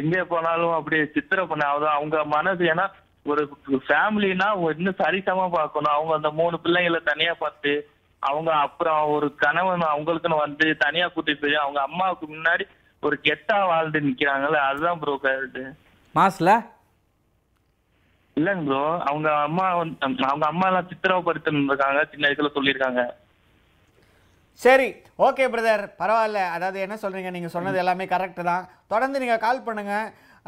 எங்க போனாலும் அப்படியே சித்திர பண்ண அவதான் அவங்க மனது ஏன்னா ஒரு ஃபேமிலினா இன்னும் சரிசமா பார்க்கணும் அவங்க அந்த மூணு பிள்ளைங்களை தனியா பார்த்து அவங்க அப்புறம் ஒரு கணவன் அவங்களுக்குன்னு வந்து தனியா கூட்டிட்டு போய் அவங்க அம்மாவுக்கு முன்னாடி ஒரு கெட்டா வாழ்ந்து நிக்கிறாங்கல்ல அதுதான் ப்ரோ கருத்து
மாஸ்ல
இல்லைங்க ப்ரோ அவங்க அம்மா வந்து அவங்க அம்மா எல்லாம் சித்திரவப்படுத்திருக்காங்க சின்ன வயசுல சொல்லியிருக்காங்க
சரி ஓகே பிரதர் பரவாயில்ல அதாவது என்ன சொல்றீங்க நீங்க சொன்னது எல்லாமே கரெக்ட் தான் தொடர்ந்து நீங்க கால் பண்ணுங்க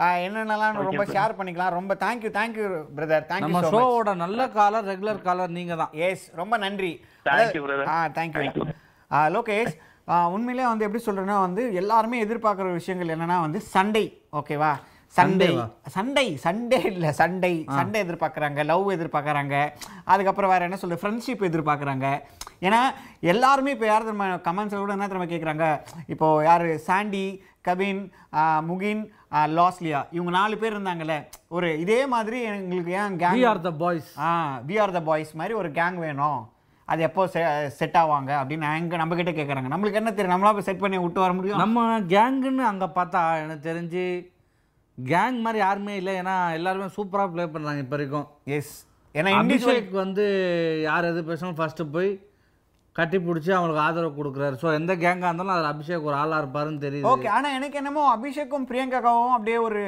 ஆ, என்னென்னலாம் ரொம்ப ஷேர் பண்ணிக்கலாம் ரொம்ப தேங்க்யூ தேங்க்யூ பிரதர்
நம்ம
தேங்க்யூ ஸோ
ஷோவோட நல்ல காலர் ரெகுலர் காலர் நீங்க தான்
எஸ் ரொம்ப நன்றி
Thank you, brother.
ஆ தேங்க்யூ
Thank you.
லோகேஷ் ஆ, உண்மையிலே வந்து எப்படி சொல்றேன்னா வந்து எல்லாருமே எதிர்பார்க்குற விஷயங்கள் என்னன்னா வந்து சண்டை ஓகேவா சண்டை
சண்டைவா?
சண்டை சண்டே இல்லை சண்டை சண்டை எதிர்பார்க்குறாங்க லவ் எதிர்பார்க்குறாங்க அதுக்கப்புறம் வேற என்ன சொல்றது ஃப்ரெண்ட்ஷிப் எதிர்பார்க்குறாங்க ஏன்னா எல்லாருமே இப்போ யார் நம்ம கமெண்ட்ஸில் கூட என்ன திரும்ப கேட்குறாங்க இப்போ யார் சாண்டி கவின் ஆ, முகின் ஆ, லாஸ்லியா இவங்க நாலு பேர் இருந்தாங்கல்ல ஒரு இதே மாதிரி எங்களுக்கு ஏன்
we
gang
are the boys
ஆ வி ஆர் த பாய்ஸ் மாதிரி ஒரு கேங் வேணும் அது எப்போ செட் ஆவாங்க அப்படின்னு எங்க நம்ம கிட்ட கேட்குறாங்க நம்மளுக்கு என்ன தெரியும் நம்மளா போய் செட் பண்ணி விட்டு வர முடியும்
நம்ம கேங்குன்னு அங்கே பார்த்தா எனக்கு தெரிஞ்சு கேங் மாதிரி யாருமே இல்லை ஏன்னா எல்லாருமே சூப்பராக ப்ளே பண்ணுறாங்க இப்போ வரைக்கும்
எஸ் ஏன்னா இண்டிவிஜுவல்
அபிஷேக் வந்து யார் எது பேசணும் ஃபஸ்ட்டு போய் கட்டி பிடிச்சி அவங்களுக்கு ஆதரவு கொடுக்குறாரு ஸோ எந்த கேங்காக இருந்தாலும் அதில் அபிஷேக் ஒரு ஆளாக இருப்பாருன்னு தெரியுது
ஓகே ஆனா எனக்கு என்னமோ அபிஷேக்கும் பிரியங்காவும் அப்படியே ஒரு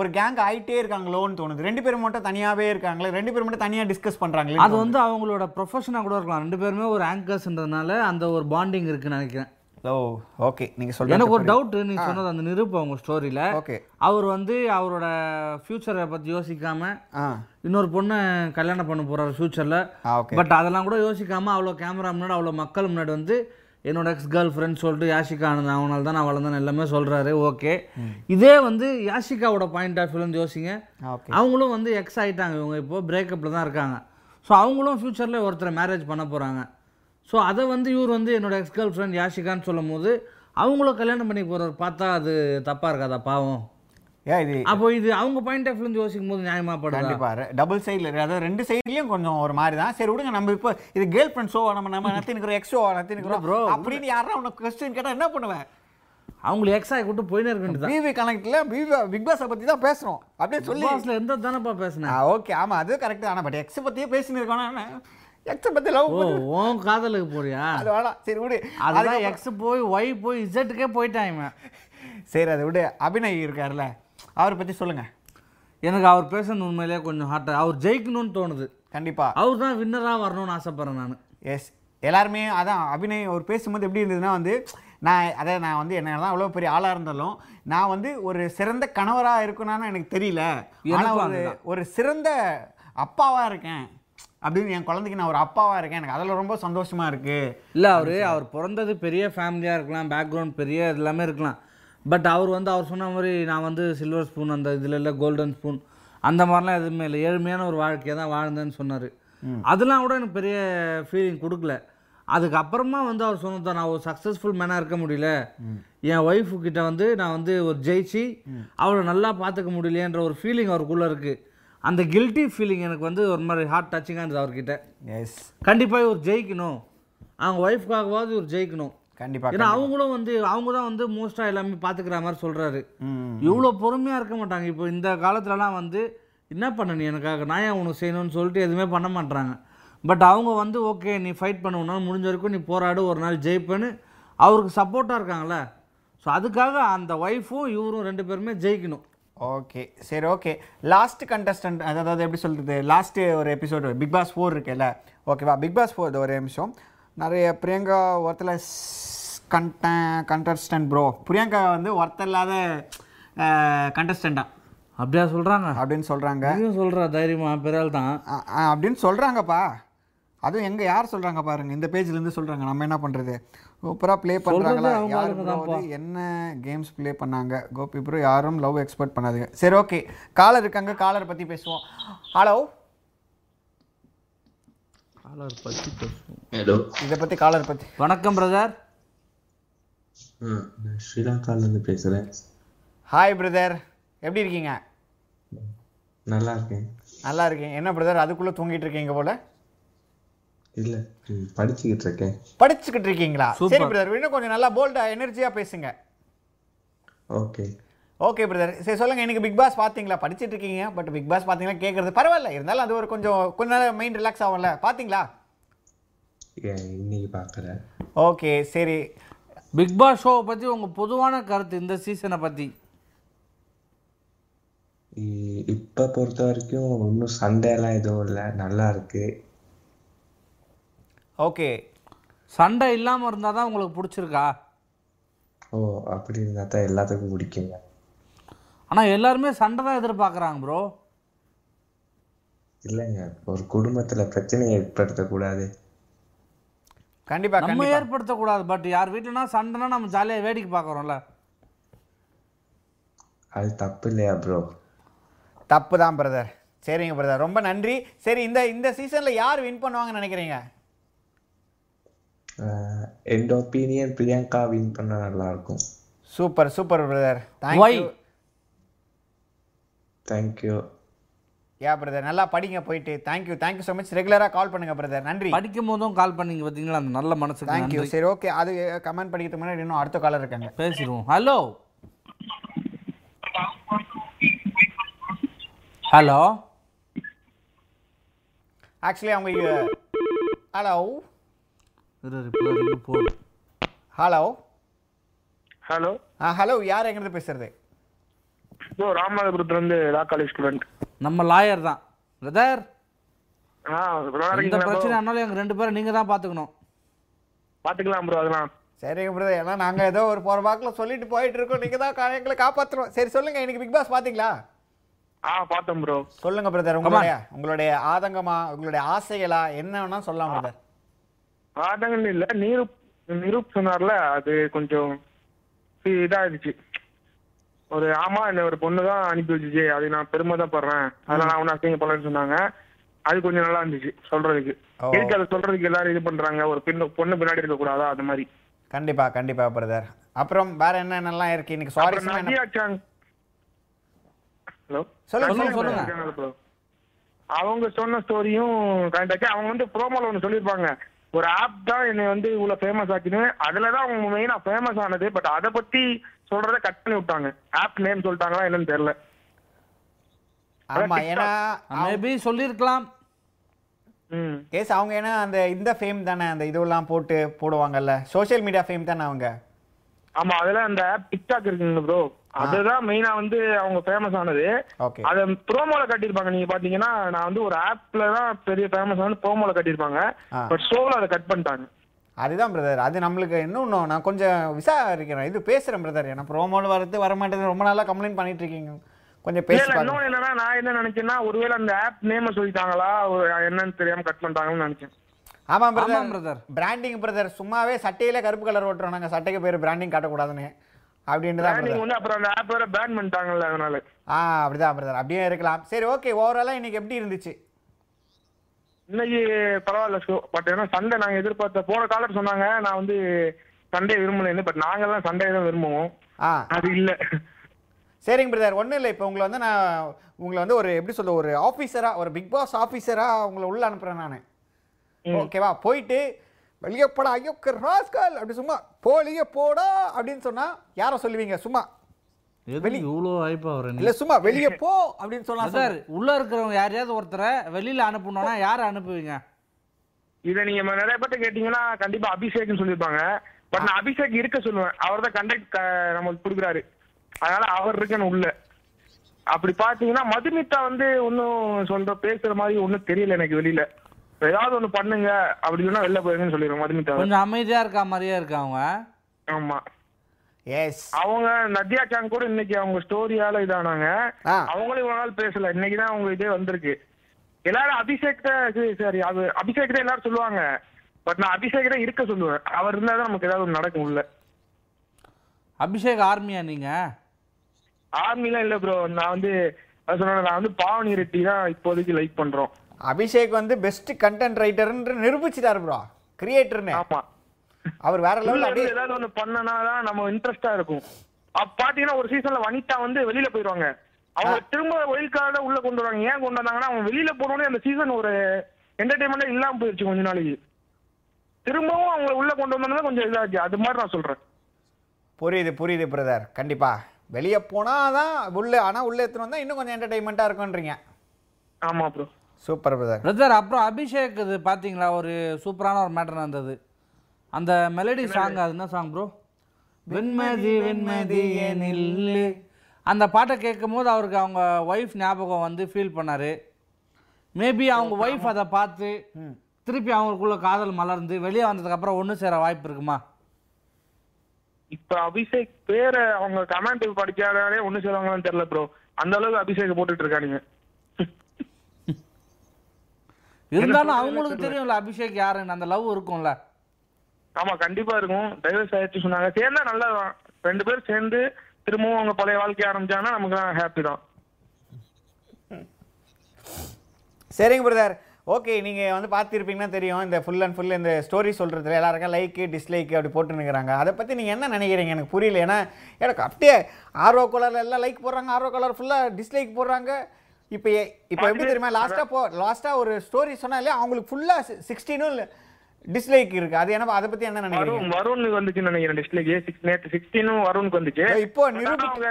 ஒரு கேங் ஆயிட்டே இருக்காங்களோன்னு தோணுது ரெண்டு பேரும் மட்டும் தனியாவே இருக்காங்களே ரெண்டு பேரும் மட்டும் தனியா டிஸ்கஸ் பண்றாங்களே
அது வந்து அவங்களோட ப்ரொஃபஷனாக கூட இருக்கலாம் ரெண்டு பேருமே ஒரு ஆங்கர்ஸ்ன்றதுனால அந்த ஒரு பாண்டிங் இருக்குன்னு நினைக்கிறேன்
ஓ ஓகே Oh, நீங்க சொல்லுங்க
எனக்கு ஒரு டவுட் நீ சொன்னது அந்த நிரூப் அவங்க ஸ்டோரியில்
ஓகே
அவர் வந்து அவரோட ஃப்யூச்சரை பற்றி யோசிக்காமல்
ஆ
இன்னொரு பொண்ணை கல்யாணம் பண்ண போறாரு ஃப்யூச்சரில்
ஆ ஓகே
பட் அதெல்லாம் கூட யோசிக்காம அவ்வளோ கேமரா முன்னாடி அவ்வளோ மக்கள் முன்னாடி வந்து என்னோட எக்ஸ் கேர்ள் ஃப்ரெண்ட் சொல்லிட்டு யாஷிகா ஆனந்த் அவனால தான் நான் வளர்ந்தேன் எல்லாமே சொல்றாரு ஓகே இதே வந்து யாஷிகாவோட பாயிண்ட் ஆஃப் வியூலேருந்து யோசிங்க
ஓகே
அவங்களும் வந்து எக்ஸ் ஆயிட்டாங்க இவங்க இப்போ பிரேக்கப்பில் தான் இருக்காங்க ஸோ அவங்களும் ஃப்யூச்சரில் ஒருத்தரை மேரேஜ் பண்ண போகிறாங்க ஸோ அதை வந்து இவர் வந்து என்னோட எக்ஸ் கேர்ள் ஃப்ரெண்ட் யாஷிகான்னு சொல்லும் போது அவங்களும் கல்யாணம் பண்ணி போகிறவர் பார்த்தா அது தப்பாக இருக்காதா பாவம்
ஏன் இது
அப்போ இது அவங்க பாயிண்ட் ஆஃப் வியூலேருந்து யோசிக்கும் போது நியாயமாக படுதா
கண்டிப்பா டபுள் சைடில் அதாவது ரெண்டு சைட்லயும் கொஞ்சம் ஒரு மாதிரி தான் சரி விடுங்க நம்ம இப்போ இது கேர்ள் ஃப்ரெண்ட் ஷோ நம்ம நம்ம நத்தினுக்கிறோம் எக்ஸ் ஷோ நத்தினுக்கிறோம்
bro,
அப்படின்னு யாரா உனக்கு கொஸ்டின் கேட்டா என்ன பண்ணுவேன்
அவங்களை எக்ஸ் ஆகி கூட்டு போயினே இருக்க வேண்டியது
பிவி கனெக்ட்ல பிக் பாஸை பத்தி தான் பேசுறோம் அப்படியே சொல்லி
பாஸ்ல எந்த தானப்பா பேசுனேன்
ஓகே ஆமா அது கரெக்ட் ஆனா பட் எக்ஸ் பத்தியே பேசினிருக்கோம் எக்ஸ் பத்தி லவ்
ஓ உன் காதலுக்கு போறியா
அது வேணாம் சரி விடு
அதுதான்
அதுக்கப்புறம்-
எக்ஸ் போய் ஒய் போய் இசட்டுக்கே போயிட்டான் இவன்
சரி அதை விடு அபிநய் இருக்காருல்ல அவரை பத்தி சொல்லுங்க
எனக்கு அவர் பேசுறது உண்மையிலேயே கொஞ்சம் ஹார்ட்டாக அவர் ஜெயிக்கணும்னு தோணுது
கண்டிப்பா
அவர் தான் வின்னராக வரணும்னு ஆசைப்பட்றேன் நான்
எஸ் எல்லாருமே அதான் அபிநய் அவர் பேசும்போது எப்படி இருந்ததுன்னா வந்து நான் அதாவது நான் வந்து என்னதான் அவ்வளோ பெரிய ஆளாக இருந்தாலும் நான் வந்து ஒரு சிறந்த கணவராக இருக்கணும்னு எனக்கு தெரியல ஆனால்
எனக்கும்
ஒரு
அதுதான்.
ஒரு சிறந்த அப்பாவாக இருக்கேன் அப்படின்னு என் குழந்தைக்கு நான் ஒரு அப்பாவாக இருக்கேன் எனக்கு அதில் ரொம்ப சந்தோஷமாக இருக்குது
இல்லை அவர் அவர் பிறந்தது பெரிய ஃபேமிலியாக இருக்கலாம் பேக்ரவுண்ட் பெரிய இது எல்லாமே இருக்கலாம் பட் அவர் வந்து அவர் சொன்ன மாதிரி நான் வந்து சில்வர் ஸ்பூன் அந்த இதில் இல்லை கோல்டன் ஸ்பூன் அந்த மாதிரிலாம் எதுவுமே இல்லை ஏழ்மையான ஒரு வாழ்க்கையை தான் வாழ்ந்தேன்னு சொன்னார் அதெல்லாம் கூட எனக்கு பெரிய ஃபீலிங் கொடுக்கல அதுக்கப்புறமா வந்து அவர் சொன்னது தான், நான் ஒரு சக்ஸஸ்ஃபுல் மேனாக இருக்க முடியல என் ஒய்ஃபு கிட்ட வந்து நான் வந்து ஒரு ஜெயிச்சு அவளை நல்லா பார்த்துக்க முடியலையேன்ற ஒரு ஃபீலிங் அவருக்குள்ளே இருக்குது அந்த கில்ட்டி ஃபீலிங் எனக்கு வந்து ஒரு மாதிரி ஹார்ட் டச்சிங்காக இருந்தது அவர்கிட்ட
எஸ்
கண்டிப்பாக இவர் ஜெயிக்கணும் அவங்க ஒய்ஃப்காகவாவது இவர் ஜெயிக்கணும்
கண்டிப்பாக
ஏன்னா அவங்களும் வந்து அவங்க தான் வந்து மோஸ்ட்டாக எல்லாமே பார்த்துக்கிற மாதிரி சொல்கிறாரு
ம்
இவ்வளோ பொறுமையாக இருக்க மாட்டாங்க இப்போ இந்த காலத்துலலாம் வந்து என்ன பண்ண நீ எனக்காக நான் ஏன் உனக்கு செய்யணும்னு சொல்லிட்டு எதுவுமே பண்ண மாட்டாங்க பட் அவங்க வந்து ஓகே நீ ஃபைட் பண்ண உன்னால் முடிஞ்ச வரைக்கும் நீ போராடு ஒரு நாள் ஜெயிப்பேன்னு அவருக்கு சப்போர்ட்டாக இருக்காங்களே ஸோ அதுக்காக அந்த ஒய்ஃபும் இவரும் ரெண்டு பேருமே ஜெயிக்கணும்
ஓகே சரி ஓகே லாஸ்ட் கண்டஸ்டன்ட் அதாவது எப்படி சொல்கிறது லாஸ்ட்டு ஒரு எபிசோடு பிக் பாஸ் ஃபோர் இருக்குல்ல ஓகேவா பிக் பாஸ் ஃபோர் ஒரே நிமிஷம் நிறைய பிரியங்கா ஒருத்தல கண்ட கண்டஸ்டன்ட் ப்ரோ பிரியங்கா வந்து ஒருத்தர் இல்லாத கண்டஸ்டண்டா
அப்படியா சொல்கிறாங்க
அப்படின்னு சொல்கிறாங்க
அதையும் சொல்கிறா தைரியமா பெரியால் தான்
அப்படின்னு சொல்கிறாங்கப்பா அதுவும் எங்கே யார் சொல்கிறாங்க பாருங்க இந்த பேஜ்லேருந்து சொல்கிறாங்க நம்ம என்ன பண்ணுறது சூப்பராக ப்ளே பண்ணுறாங்களா
அவங்க
யார்
ஆளுங்க
bro அது? என்ன கேம்ஸ் ப்ளே பண்ணாங்க கோபி ப்ரோ யாரும் லவ் எக்ஸ்பெக்ட் பண்ணாதுங்க சரி ஓகே காலர் இருக்காங்க காலர் பற்றி பேசுவோம் ஹலோ
காலர் பற்றி பேசுவோம்
ஹலோ
இதை பற்றி காலர் பற்றி
வணக்கம் பிரதர்
நான் ஸ்ரீலங்கால இருந்து பேசுறேன்
ஹாய் பிரதர் எப்படி இருக்கீங்க
நல்லா இருக்கேன்
நல்லா இருக்கீங்க என்ன பிரதர் அதுக்குள்ளே தூங்கிட்டு இருக்கீங்க போல
இல்ல ம், படிச்சுக்கிட்டு இருக்கேன்
படிச்சுக்கிட்டு இருக்கீங்களா சரி பிரதர் இன்னும் கொஞ்சம் நல்லா போல்டாக எனர்ஜியாக பேசுங்க
ஓகே
ஓகே பிரதர் சரி சொல்லுங்க இன்னைக்கு பிக் பாஸ் பாத்தீங்களா படிச்சிட்டு இருக்கீங்க பட் பிக் பாஸ் பாத்தீங்களா கேட்கறது பரவாயில்ல இருந்தாலும் அது ஒரு கொஞ்சம் கொஞ்ச நேரம் மைண்ட் ரிலாக்ஸ் ஆகும்ல பாத்தீங்களா
ஏன் இன்னைக்கு பார்க்கல
ஓகே சரி
பிக் பாஸ் ஷோவை பற்றி உங்கள் பொதுவான கருத்து இந்த சீசனை பற்றி
இ- இப்ப பொறுத்த வரைக்கும் ஒன்றும் சண்டையெல்லாம் எதுவும் இல்லை நல்லா இருக்கு
ஓகே
சண்டை இல்லாமல் இருந்தால் தான் உங்களுக்கு பிடிச்சிருக்கா
ஓ அப்படி இருந்தா தான் எல்லாத்துக்கும் பிடிக்குங்க
ஆனால் எல்லாருமே சண்டை தான் எதிர்பார்க்குறாங்க ப்ரோ
இல்லைங்க ஒரு குடும்பத்துல பிரச்சனையை ஏற்படுத்தக்கூடாது
கண்டிப்பா
நம்ம
கண்டிப்பா
ஏற்படுத்தக்கூடாது பட் யார் வீட்டிலனா சண்டைனா நம்ம ஜாலியாக வேடிக்கை பார்க்குறோம்ல
அது தப்பு இல்லையா ப்ரோ
தப்பு தான் பிரதர் சரிங்க பிரதர் ரொம்ப நன்றி சரி இந்த இந்த சீசன்ல யார் வின் பண்ணுவாங்கன்னு நினைக்கிறீங்க
என் ஒப்பீனியன் பிரியங்கா வின் பண்ணா நல்லா இருக்கும்
super super brother
Y
thank you
thank you
யா பிரதர் நல்லா படிங்க போயிட்டு தேங்க்யூ தேங்க்யூ ஸோ மச் ரெகுலராக கால் பண்ணுங்க பிரதர் நன்றி
படிக்கும் போதும் கால் பண்ணீங்க பார்த்தீங்களா அந்த நல்ல மனசுக்கு
தேங்க்யூ
நன்றி.
சரி ஓகே அது கமெண்ட் படிக்கிறதுக்கு முன்னாடி இன்னும் அடுத்த காலர் இருக்காங்க
பேசிடுவோம் ஹலோ ஹலோ
ஆக்சுவலி அவங்க ஹலோ
போதும்
ஹலோ
ஹலோ
ஆ ஹலோ யார் எங்கிருந்து பேசுறது
ப்ரோ ராமநாதபுரத்துல இருந்து லா காலேஜ் ஸ்டூடெண்ட்
நம்ம லாயர் தான் பிரதர்
ஆ நல்லா
எந்த
இருக்கீங்களா bro?
பிரச்சனை ஆனாலும் எங்கள் ரெண்டு பேரும் நீங்கள் தான் பார்த்துக்கணும்
பாத்துக்கலாம் ப்ரோ அதெல்லாம்
சரிங்க பிரதர் ஏன்னா நாங்கள் ஏதோ ஒரு போகிற வாக்கில் சொல்லிட்டு போயிட்டு இருக்கோம் நீங்கள் தான் கா- எங்களை காப்பாற்றுறோம் சரி சொல்லுங்கள் இன்னைக்கு பிக் பாஸ் பார்த்தீங்களா
ஆ பார்த்தோம் ப்ரோ
சொல்லுங்கள் பிரதர் உங்களுடைய உங்களுடைய ஆதங்கமா உங்களுடைய ஆசைகளா என்ன வேணா சொல்லலாம் பிரதர்
ஆதங்கன்னு இல்ல நிரூப் நிரூப் சொன்னார்ல அது கொஞ்சம் இ- இதாயிடுச்சு ஒரு ஆமா இந்த ஒரு பொண்ணு தான் அனுப்பி வச்சுச்சு அது நான் பெருமை தான் படுறேன் அதெல்லாம் நான் ஒன்றும் அசிங்க பண்ணலன்னு சொன்னாங்க அது கொஞ்சம் நல்லா இருந்துச்சு சொல்றதுக்கு
ஓ.
எதுக்கு அதை சொல்றதுக்கு எல்லாரும் இது பண்றாங்க ஒரு பின்ன பொண்ணு பின்னாடி இருக்கக்கூடாதா அது மாதிரி
கண்டிப்பாக கண்டிப்பாக பிரதர் அப்புறம் வேற என்னென்னலாம் இருக்கு இன்னைக்கு சாரி
அப்புறம் நதியா சாங் ஹலோ
சொல்லுங்க, சொல்லுங்க,
சொல்லுங்க.
சொல்லுங்க அவங்க சொன்ன ஸ்டோரியும் கரெக்ட் ஆச்சு அவங்க வந்து ப்ரோமோல ஒன்று சொல்லியிருப்பாங்க ஒரு ஆப் தான் என்னை வந்து இவ்வளவு ஃபேமஸ் ஆச்சுன்னு அதுல தான் அவங்க மெயினா ஃபேமஸ் ஆனது பட் அதை பத்தி சொல்றத கட் பண்ணி விட்டாங்க ஆப் நேம் சொல்லிட்டாங்களா என்னன்னு தெரியல
ஆமாம் ஏன்னா
மேபி சொல்லியிருக்கலாம்
ம்
கேஸ் அவங்க ஏன்னா அந்த இந்த ஃபேம் தானே அந்த இதுவெல்லாம் போட்டு போடுவாங்கல்ல சோஷியல் மீடியா ஃபேம் தானே அவங்க
ஆமா அதுல அந்த ஆப் டிக்டாக் இருக்குங்க ப்ரோ அதுதான் மெயினா வந்து அவங்க ஃபேமஸ் ஆனது
ஓகே
அத ப்ரோமோல கட்டியிருப்பாங்க நீங்க பாத்தீங்கன்னா நான் வந்து ஒரு ஆப்ல தான் பெரிய ஃபேமஸ் ஆனது ப்ரோமோல கட்டியிருப்பாங்க
ஆ.
பட் ஷோல அதை கட் பண்ணிட்டாங்க
ஆ அதுதான் பிரதர் அது நம்மளுக்கு இன்னும் நான் கொஞ்சம் விசாரிக்கிறேன் இது பேசுகிறேன் பிரதர் ஏன்னா ப்ரோமோவில் வரது வர மாட்டேங்குது ரொம்ப நாளாக கம்ப்ளைண்ட் பண்ணிட்டு இருக்கீங்க கொஞ்சம் பேசி
இல்ல
பாருங்க
இன்னொன்னு என்னன்னா நான் என்ன நினைச்சேன்னா ஒருவேளை அந்த ஆப் நேம சொல்லிட்டாங்களா ஒரு என்னன்னு தெரியாம கட் பண்ணிட்டாங்கன்னு நினைச்சேன்
ஆமாம்
ஆமாம்
பிரதர்
brother.
பிராண்டிங் பிரதர் சும்மாவே சட்டையில கருப்பு கலர் ஓட்டுறோம் நாங்கள் சட்டைக்கு பேர் பிராண்டிங் காட்டக்கூடாதுன்னு அப்படின்ட்டு தான்
Branding
brother.
வந்து அப்புறம் அந்த ஆப் வேற பேன் பண்ணிட்டாங்கல்ல அதனால
ஆ அப்படிதான் பிரதர் அப்படியே இருக்கலாம் சரி ஓகே ஓவராலாக இன்னைக்கு எப்படி இருந்துச்சு
இன்னைக்கு பரவாயில்ல ஷோ பட் ஏன்னா சண்டே நாங்க எதிர்பார்த்த போன காலர் சொன்னாங்க நான் வந்து சண்டே விரும்பலைன்னு பட் நாங்கெல்லாம் சண்டே தான் விரும்புவோம்
ஆ
அது இல்ல
சரிங்க பிரதர் ஒன்றும் இல்லை இப்போ உங்களை வந்து நான் உங்களை வந்து ஒரு எப்படி சொல்ல ஒரு ஆஃபீஸராக ஒரு பிக் பாஸ் ஆஃபீஸராக உங்களை உள்ளே அனுப்புகிறேன் நான் ஓகேவா போயிட்டு வெளியே போடா ஐயோ ராஸ்கல் அப்படி சும்மா போலியே போடா அப்படின்னு சொன்னால் யாரை சொல்லுவீங்க சும்மா
எதுக்கு இவ்வளோ ஹைப் ஆகிறேன்
இல்லை சும்மா வெளியே போ அப்படின்னு
சார்
சொல்லலாம்
உள்ள இருக்கிறவங்க யாரையாவது ஒருத்தரை வெளியில அனுப்பணும்னா யாரை அனுப்புவீங்க
இதை நீங்க ம- நிறைய பேர்ட்ட கேட்டீங்கன்னா கண்டிப்பா அபிஷேக்னு சொல்லியிருப்பாங்க பட் நான் அபிஷேக் இருக்க சொல்லுவேன் அவர் தான் கண்டக்ட் நமக்கு கொடுக்குறாரு அதனால அவர் இருக்கணும் உள்ள அப்படி பாத்தீங்கன்னா மதுமிதா வந்து ஒன்னும் சொல்ற பேசுற மாதிரி ஒன்னும் தெரியல எனக்கு வெளியில ஏதாவது ஒண்ணு பண்ணுங்க அப்படி இல்லைன்னா வெளில போயிருங்கன்னு சொல்லிடுவேன் மதுமிதா
கொஞ்சம் அமைதியா இருக்கா மாதிரியே இருக்கா அவங்க
ஆமா
எஸ்
அவங்க நதியா சாங் கூட இன்னைக்கு அவங்க ஸ்டோரியால இதானாங்க
ஆ.
அவங்களும் இவ்வளவு நாள் பேசல இன்னைக்கு தான் அவங்க இதே வந்திருக்கு எல்லாரும் அபிஷேக் தான் சாரி அது அபிஷேக் தான் எல்லாரும் சொல்லுவாங்க பட் நான் அபிஷேக் தான் இருக்க சொல்லுவேன் அவர் இருந்தா தான் நமக்கு ஏதாவது ஒண்ணு நடக்கும் உள்ள
அபிஷேக் ஆர்மியா நீங்க
ஆர்மிலாம் இல்ல ப்ரோ நான் வந்து அதான் சொன்னேன்ல, நான் வந்து பாவனி ரெட்டி தான் இப்போதைக்கு லைக் பண்றோம்
அபிஷேக் வந்து பெஸ்ட் கண்டென்ட் ரைட்டர்ன்னு நிரூபிச்சிட்டாரு ப்ரோ கிரியேட்டர்னு
ஆமா
அவர் வேற லெவலில்
உள்ள இருந்து
அப்படியே
ஏதாவது ஒண்ணு பண்ணனா தான் நம்ம இன்ட்ரெஸ்டா இருக்கும் அப்ப பாத்தீங்கன்னா ஒரு சீசன்ல வனிதா வந்து வெளியில போயிருவாங்க அவங்க திரும்ப ஒயில் கார்ட உள்ள கொண்டு வராங்க ஏன் கொண்டு வந்தாங்கன்னா அவங்க வெளியில போனோடனே அந்த சீசன் ஒரு என்டர்டைன்மெண்டா இல்லாம போயிருச்சு கொஞ்ச நாளைக்கு திரும்பவும் அவங்கள உள்ள கொண்டு வந்தாங்கன்னா கொஞ்சம் இதாச்சு அது மாதிரி நான் சொல்றேன்
புரியுது புரியுது பிரதர் கண்டிப்பாக வெளியே போனால் தான் உள்ளே ஆனால் உள்ளே எடுத்துன்னு வந்தால் இன்னும் கொஞ்சம் என்டர்டைன்மெண்ட்டாக இருக்குன்றீங்க
ஆமா ப்ரோ
சூப்பர் பிரதர்
பிரதர் அப்புறம் அபிஷேக் இது பாத்தீங்களா ஒரு சூப்பரான ஒரு மேட்டர் நடந்தது அந்த மெலடி சாங் அது என்ன சாங் ப்ரோ வெண்மதி வெண்மதி நில்லு அந்த பாட்டை கேட்கும் போது அவருக்கு அவங்க ஒய்ஃப் ஞாபகம் வந்து ஃபீல் பண்ணாரு மேபி அவங்க ஒய்ஃப் அதை பார்த்து திருப்பி அவங்களுக்குள்ள காதல் மலர்ந்து வெளியே வந்ததுக்கப்புறம் ஒன்று சேர வாய்ப்பு இருக்குமா
இப்ப அபிஷேக் பேரை அவங்க கமெண்ட் படிக்காதாலே ஒண்ணு சொல்லுவாங்களான்னு தெரியல ப்ரோ அந்த அளவுக்கு அபிஷேக் போட்டுட்டு இருக்கானுங்க
இருந்தாலும் அவங்களுக்கு தெரியும்ல அபிஷேக் யாருன்னு அந்த லவ் இருக்கும்ல
ஆமா கண்டிப்பா இருக்கும் டைவர்ஸ் ஆயிடுச்சு சொன்னாங்க சேர்ந்தா நல்லதுதான் ரெண்டு பேரும் சேர்ந்து திரும்பவும் அவங்க பழைய வாழ்க்கைய ஆரம்பிச்சாங்கன்னா நமக்கு தான் ஹாப்பி தான்
சரிங்க பிரதர் ஓகே நீங்கள் வந்து பார்த்துருப்பீங்கன்னா தெரியும் இந்த ஃபுல் அண்ட் ஃபுல் இந்த ஸ்டோரி சொல்கிறதுல எல்லாருக்கும் லைக்கு டிஸ்லைக் அப்படி போட்டுன்னுக்குறாங்க அதை பற்றி நீங்கள் என்ன நினைக்கிறீங்க எனக்கு புரியல ஏன்னா எனக்கு அப்படியே ஆர்வ கலரில் எல்லாம் லைக் போடுறாங்க ஆர்வ கலர் ஃபுல்லாக டிஸ்லைக் போடுறாங்க இப்போ இப்போ எப்படி தெரியுமா லாஸ்ட்டாக போ லாஸ்ட்டாக ஒரு ஸ்டோரி சொன்னாலே அவங்களுக்கு ஃபுல்லாக சிக்ஸ்டீனும் டிஸ்லைக் இருக்குது அது என்ன அதை பற்றி என்ன நினைக்கிறீங்க
வருண் வருணுக்கு வந்துச்சுன்னு நினைக்கிறேன் டிஸ்ட்ரிக்ட் சிக்ஸ் நேற்று சிக்ஸ்டீனும் வருணுக்கு வந்துச்சு
ஏய், இப்போ
ஆனா
நிரூபி-
அவங்க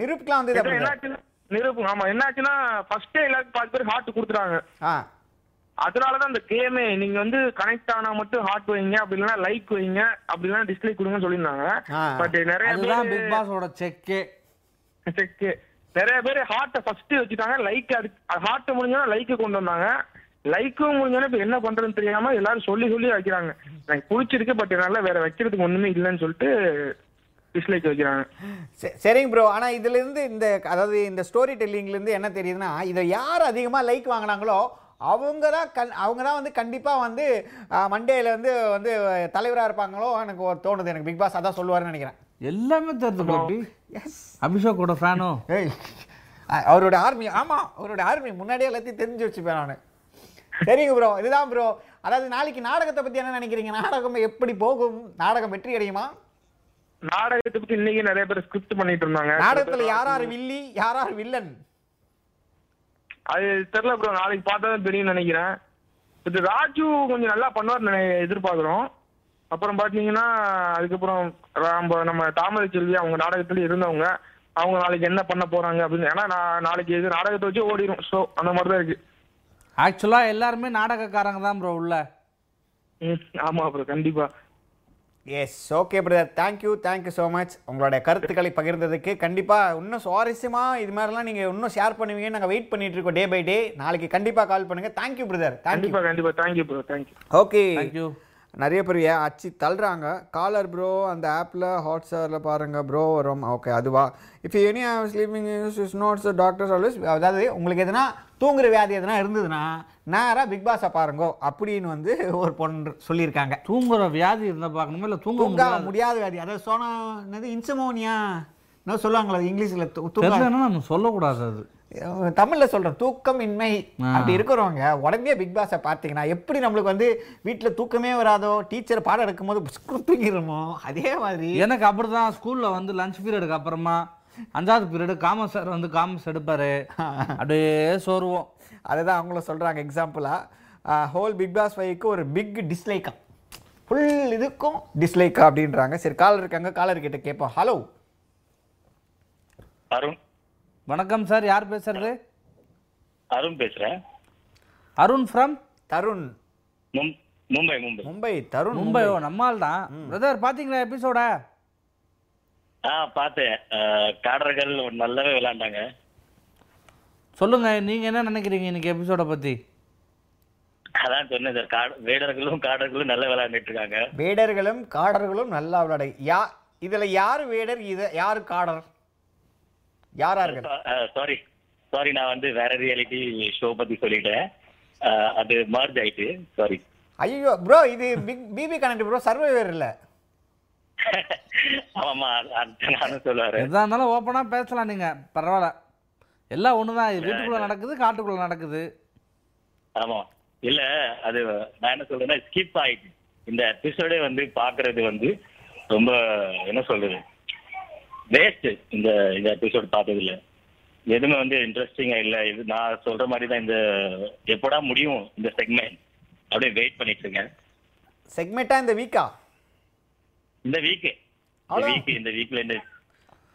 நிரூப்கெலாம் வந்து
ஏதோ
தான்
என்னாச்சுன்னா நிரூபம் ஆமா என்னாச்சுன்னா ஃபர்ஸ்டே எல்லாருக்கும் பாதி பேர் ஹார்ட் கொடுத்துறாங்க
ஆ
அதனாலதான் அந்த கேமே நீங்க வந்து கனெக்ட் ஆனா மட்டும் ஹார்ட் வைங்க அப்படி இல்லைன்னா லைக் வைங்க அப்படி இல்லைன்னா டிஸ்லைக் கொடுங்கன்னு சொல்லியிருந்தாங்க
ஆ.
பட் நிறைய
அதுதான்
பேர்
பிக் பாஸோட செக்கே
செக்கு நிறைய பேர் ஹார்ட்டை ஃபர்ஸ்ட் வச்சுட்டாங்க லைக் அது ஹார்ட்டை முடிஞ்சோன்னா லைக்கு கொண்டு வந்தாங்க லைக்கும் முடிஞ்சோன்னா இப்போ என்ன பண்றதுன்னு தெரியாம எல்லாரும் சொல்லி சொல்லி வைக்கிறாங்க எனக்கு பிடிச்சிருக்கு பட் என்னால வேற வைக்கிறதுக்கு ஒண்ணுமே இல்லைன்னு சொல்லிட்டு டிஸ்லைக் வைக்கிறாங்க
சரி- சரிங்க ப்ரோ ஆனால் இதுலேருந்து இந்த அதாவது இந்த ஸ்டோரி டெல்லிங்லேருந்து என்ன தெரியுதுன்னா இதை யார் அதிகமாக லைக் வாங்கினாங்களோ அவங்க தான் கண் அவங்க தான் வந்து கண்டிப்பாக வந்து மண்டேயில் வந்து வந்து தலைவராக இருப்பாங்களோ எனக்கு ஒரு தோணுது எனக்கு பிக் பாஸ் அதான் சொல்லுவாருன்னு நினைக்கிறேன்
எல்லாமே தெரிஞ்சு பாப்பி அபிஷேக்கோட ஃபேனோ
ஏய் அ- அவரோட ஆர்மி ஆமாம் அவரோட ஆர்மி முன்னாடியே எல்லாத்தையும் தெரிஞ்சு வச்சுப்பேன் நான் சரிங்க ப்ரோ இதுதான் ப்ரோ அதாவது நாளைக்கு நாடகத்தை பற்றி என்ன நினைக்கிறீங்க நாடகம் எப்படி போகும் நாடகம் வெற்றி அடையுமா
நாடகத்தை பத்தி இன்னைக்கு நிறைய பேர் ஸ்கிரிப்ட் பண்ணிட்டு இருந்தாங்க
நாடகத்தில் யார் யார் வில்லி யார் யார் வில்லன்
அது தெரியல ப்ரோ நாளைக்கு பார்த்தா தான் தெரியும் நினைக்கிறேன் இது ராஜு கொஞ்சம் நல்லா பண்ணுவார் எதிர்பார்க்குறோம் அப்புறம் பார்த்தீங்கன்னா அதுக்கப்புறம் நம்ம நம்ம தாமரை செல்வி அவங்க நாடகத்துல இருந்தவங்க அவங்க நாளைக்கு என்ன பண்ண போறாங்க அப்படின்னு ஏன்னா நான் நாளைக்கு இது நாடகத்தை வச்சு ஓடிடும் ஸோ அந்த மாதிரி தான் இருக்கு
ஆக்சுவலாக எல்லாருமே நாடகக்காரங்க தான் ப்ரோ உள்ள
ம், ஆமா ப்ரோ கண்டிப்பா
yes okay brother thank you thank you so much உங்களுடைய கருத்துக்களை பகிர்ந்ததுக்கு கண்டிப்பாக இன்னும் சுவாரஸ்யமாக இது மாதிரிலாம் நீங்கள் இன்னும் ஷேர் பண்ணுவீங்கன்னு நாங்கள் வெயிட் பண்ணிட்டு இருக்கோம் டே பை டே நாளைக்கு கண்டிப்பாக கால் பண்ணுங்கள் தேங்க்யூ பிரதர் தேங்க்யூ
கண்டிப்பா கண்டிப்பா thank you bro thank you
okay
Thank you.
நிறைய பேர் ஏ அச்சு தள்ளுறாங்க காலர் ப்ரோ அந்த ஆப்பில் ஹாட்ஸ்டாரில் பாருங்கள் ப்ரோ வரும் ஓகே அதுவா if any I'm sleeping is notes doctors always அதாவது உங்களுக்கு எதுனா தூங்குற வியாதி எதுனா இருந்ததுன்னா நேராக பிக் பாஸை பாருங்கோ அப்படின்னு வந்து ஒரு பொண்ணு சொல்லியிருக்காங்க
தூங்குற வியாதி இருந்தா பார்க்கணுமா இல்லை தூங்க
தூங்க
முடியாது
முடியாத வியாதி அதாவது சோனா என்னது இன்சமோனியா என்ன சொல்லுவாங்களா இங்கிலீஷில் தூங்க
தெரியலன்னா நம்ம சொல்லக்கூடாது அது
தமிழ்ல சொல்றேன் தூக்கமின்மை
ஆ.
அப்படி இருக்கிறவங்க உடனே பிக் பாஸை பார்த்தீங்கன்னா எப்படி நம்மளுக்கு வந்து வீட்ல தூக்கமே வராதோ டீச்சர் பாடம் எடுக்கும்போது புஸ்கு தூங்கிடுமோ அதே மாதிரி
எனக்கு அப்படிதான் ஸ்கூல்ல வந்து லஞ்ச் பீரியடுக்கு அப்புறமா அஞ்சாவது பீரியடு காமர்ஸ் சார் வந்து காமர்ஸ் எடுப்பாரு அப்படியே சோறுவோம்
அதுதான் அவங்களும் சொல்றாங்க எக்ஸாம்பிளா ஹோல் பிக் பாஸ் ஃபைவ்க்கு ஒரு பிக் டிஸ்லைக்கா ஃபுல் இதுக்கும் டிஸ்லைக்கா அப்படின்றாங்க சரி காலர் இருக்காங்க காலர் கிட்ட கேட்போம் ஹலோ
அருண்
வணக்கம் சார் யார் பேசுறது
அருண் பேசுறேன்
அருண் ஃப்ரம்
தருண்
மும்- மும்பை மும்பை
மும்பை தருண்
மும்பை ஓ நம்மால் தான் பிரதர் பாத்தீங்களா எபிசோட
ஆ பார்த்தேன் அஹ், காடர்கள் நல்லாவே விளையாண்டாங்க
சொல்லுங்க நீங்க என்ன நினைக்கிறீங்க இன்னைக்கு எபிசோட பத்தி
அதான் சொன்னேன் சார் காட வேடர்களும் காடர்களும் நல்லா விளையாண்டுட்டு இருக்காங்க
வேடர்களும் காடர்களும் நல்லா விளையாட யா இதுல யார் வேடர் இத யார் காடர் யாரார்கள்
சாரி சாரி நான் வந்து வேற ரியாலிட்டி ஷோ பத்தி சொல்லிட்டேன் அஹ், அது மர்ஜ் ஆயிட்டு சாரி
ஐயோ ப்ரோ இது Bigg BB connect bro survivor இல்ல
ஆமா அது நானும் சொல்லுவாரு
எதா இருந்தாலும் ஓப்பனா பேசலாம் நீங்க பரவாயில்ல எல்லாம் ஒண்ணுதான் இது வீட்டுக்குள்ள நடக்குது காட்டுக்குள்ள நடக்குது
ஆமா இல்ல அது நான் என்ன சொல்றேன்னா ஸ்கிப் ஆயிட்டு இந்த எபிசோடே வந்து பாக்குறது வந்து ரொம்ப என்ன சொல்றது வேஸ்ட் இந்த இந்த எபிசோட் பார்த்ததுல எதுவுமே வந்து இன்ட்ரெஸ்டிங்கா இல்ல இது நான் சொல்ற மாதிரி தான் இந்த எப்படா முடியும் இந்த செக்மெண்ட் அப்படியே வெயிட் பண்ணிட்டு இருக்கேன்
செக்மெண்டா இந்த வீக்கா
இந்த வீக் இந்த
அவ்வளவுதான்.
வீக் இந்த வீக்ல இந்த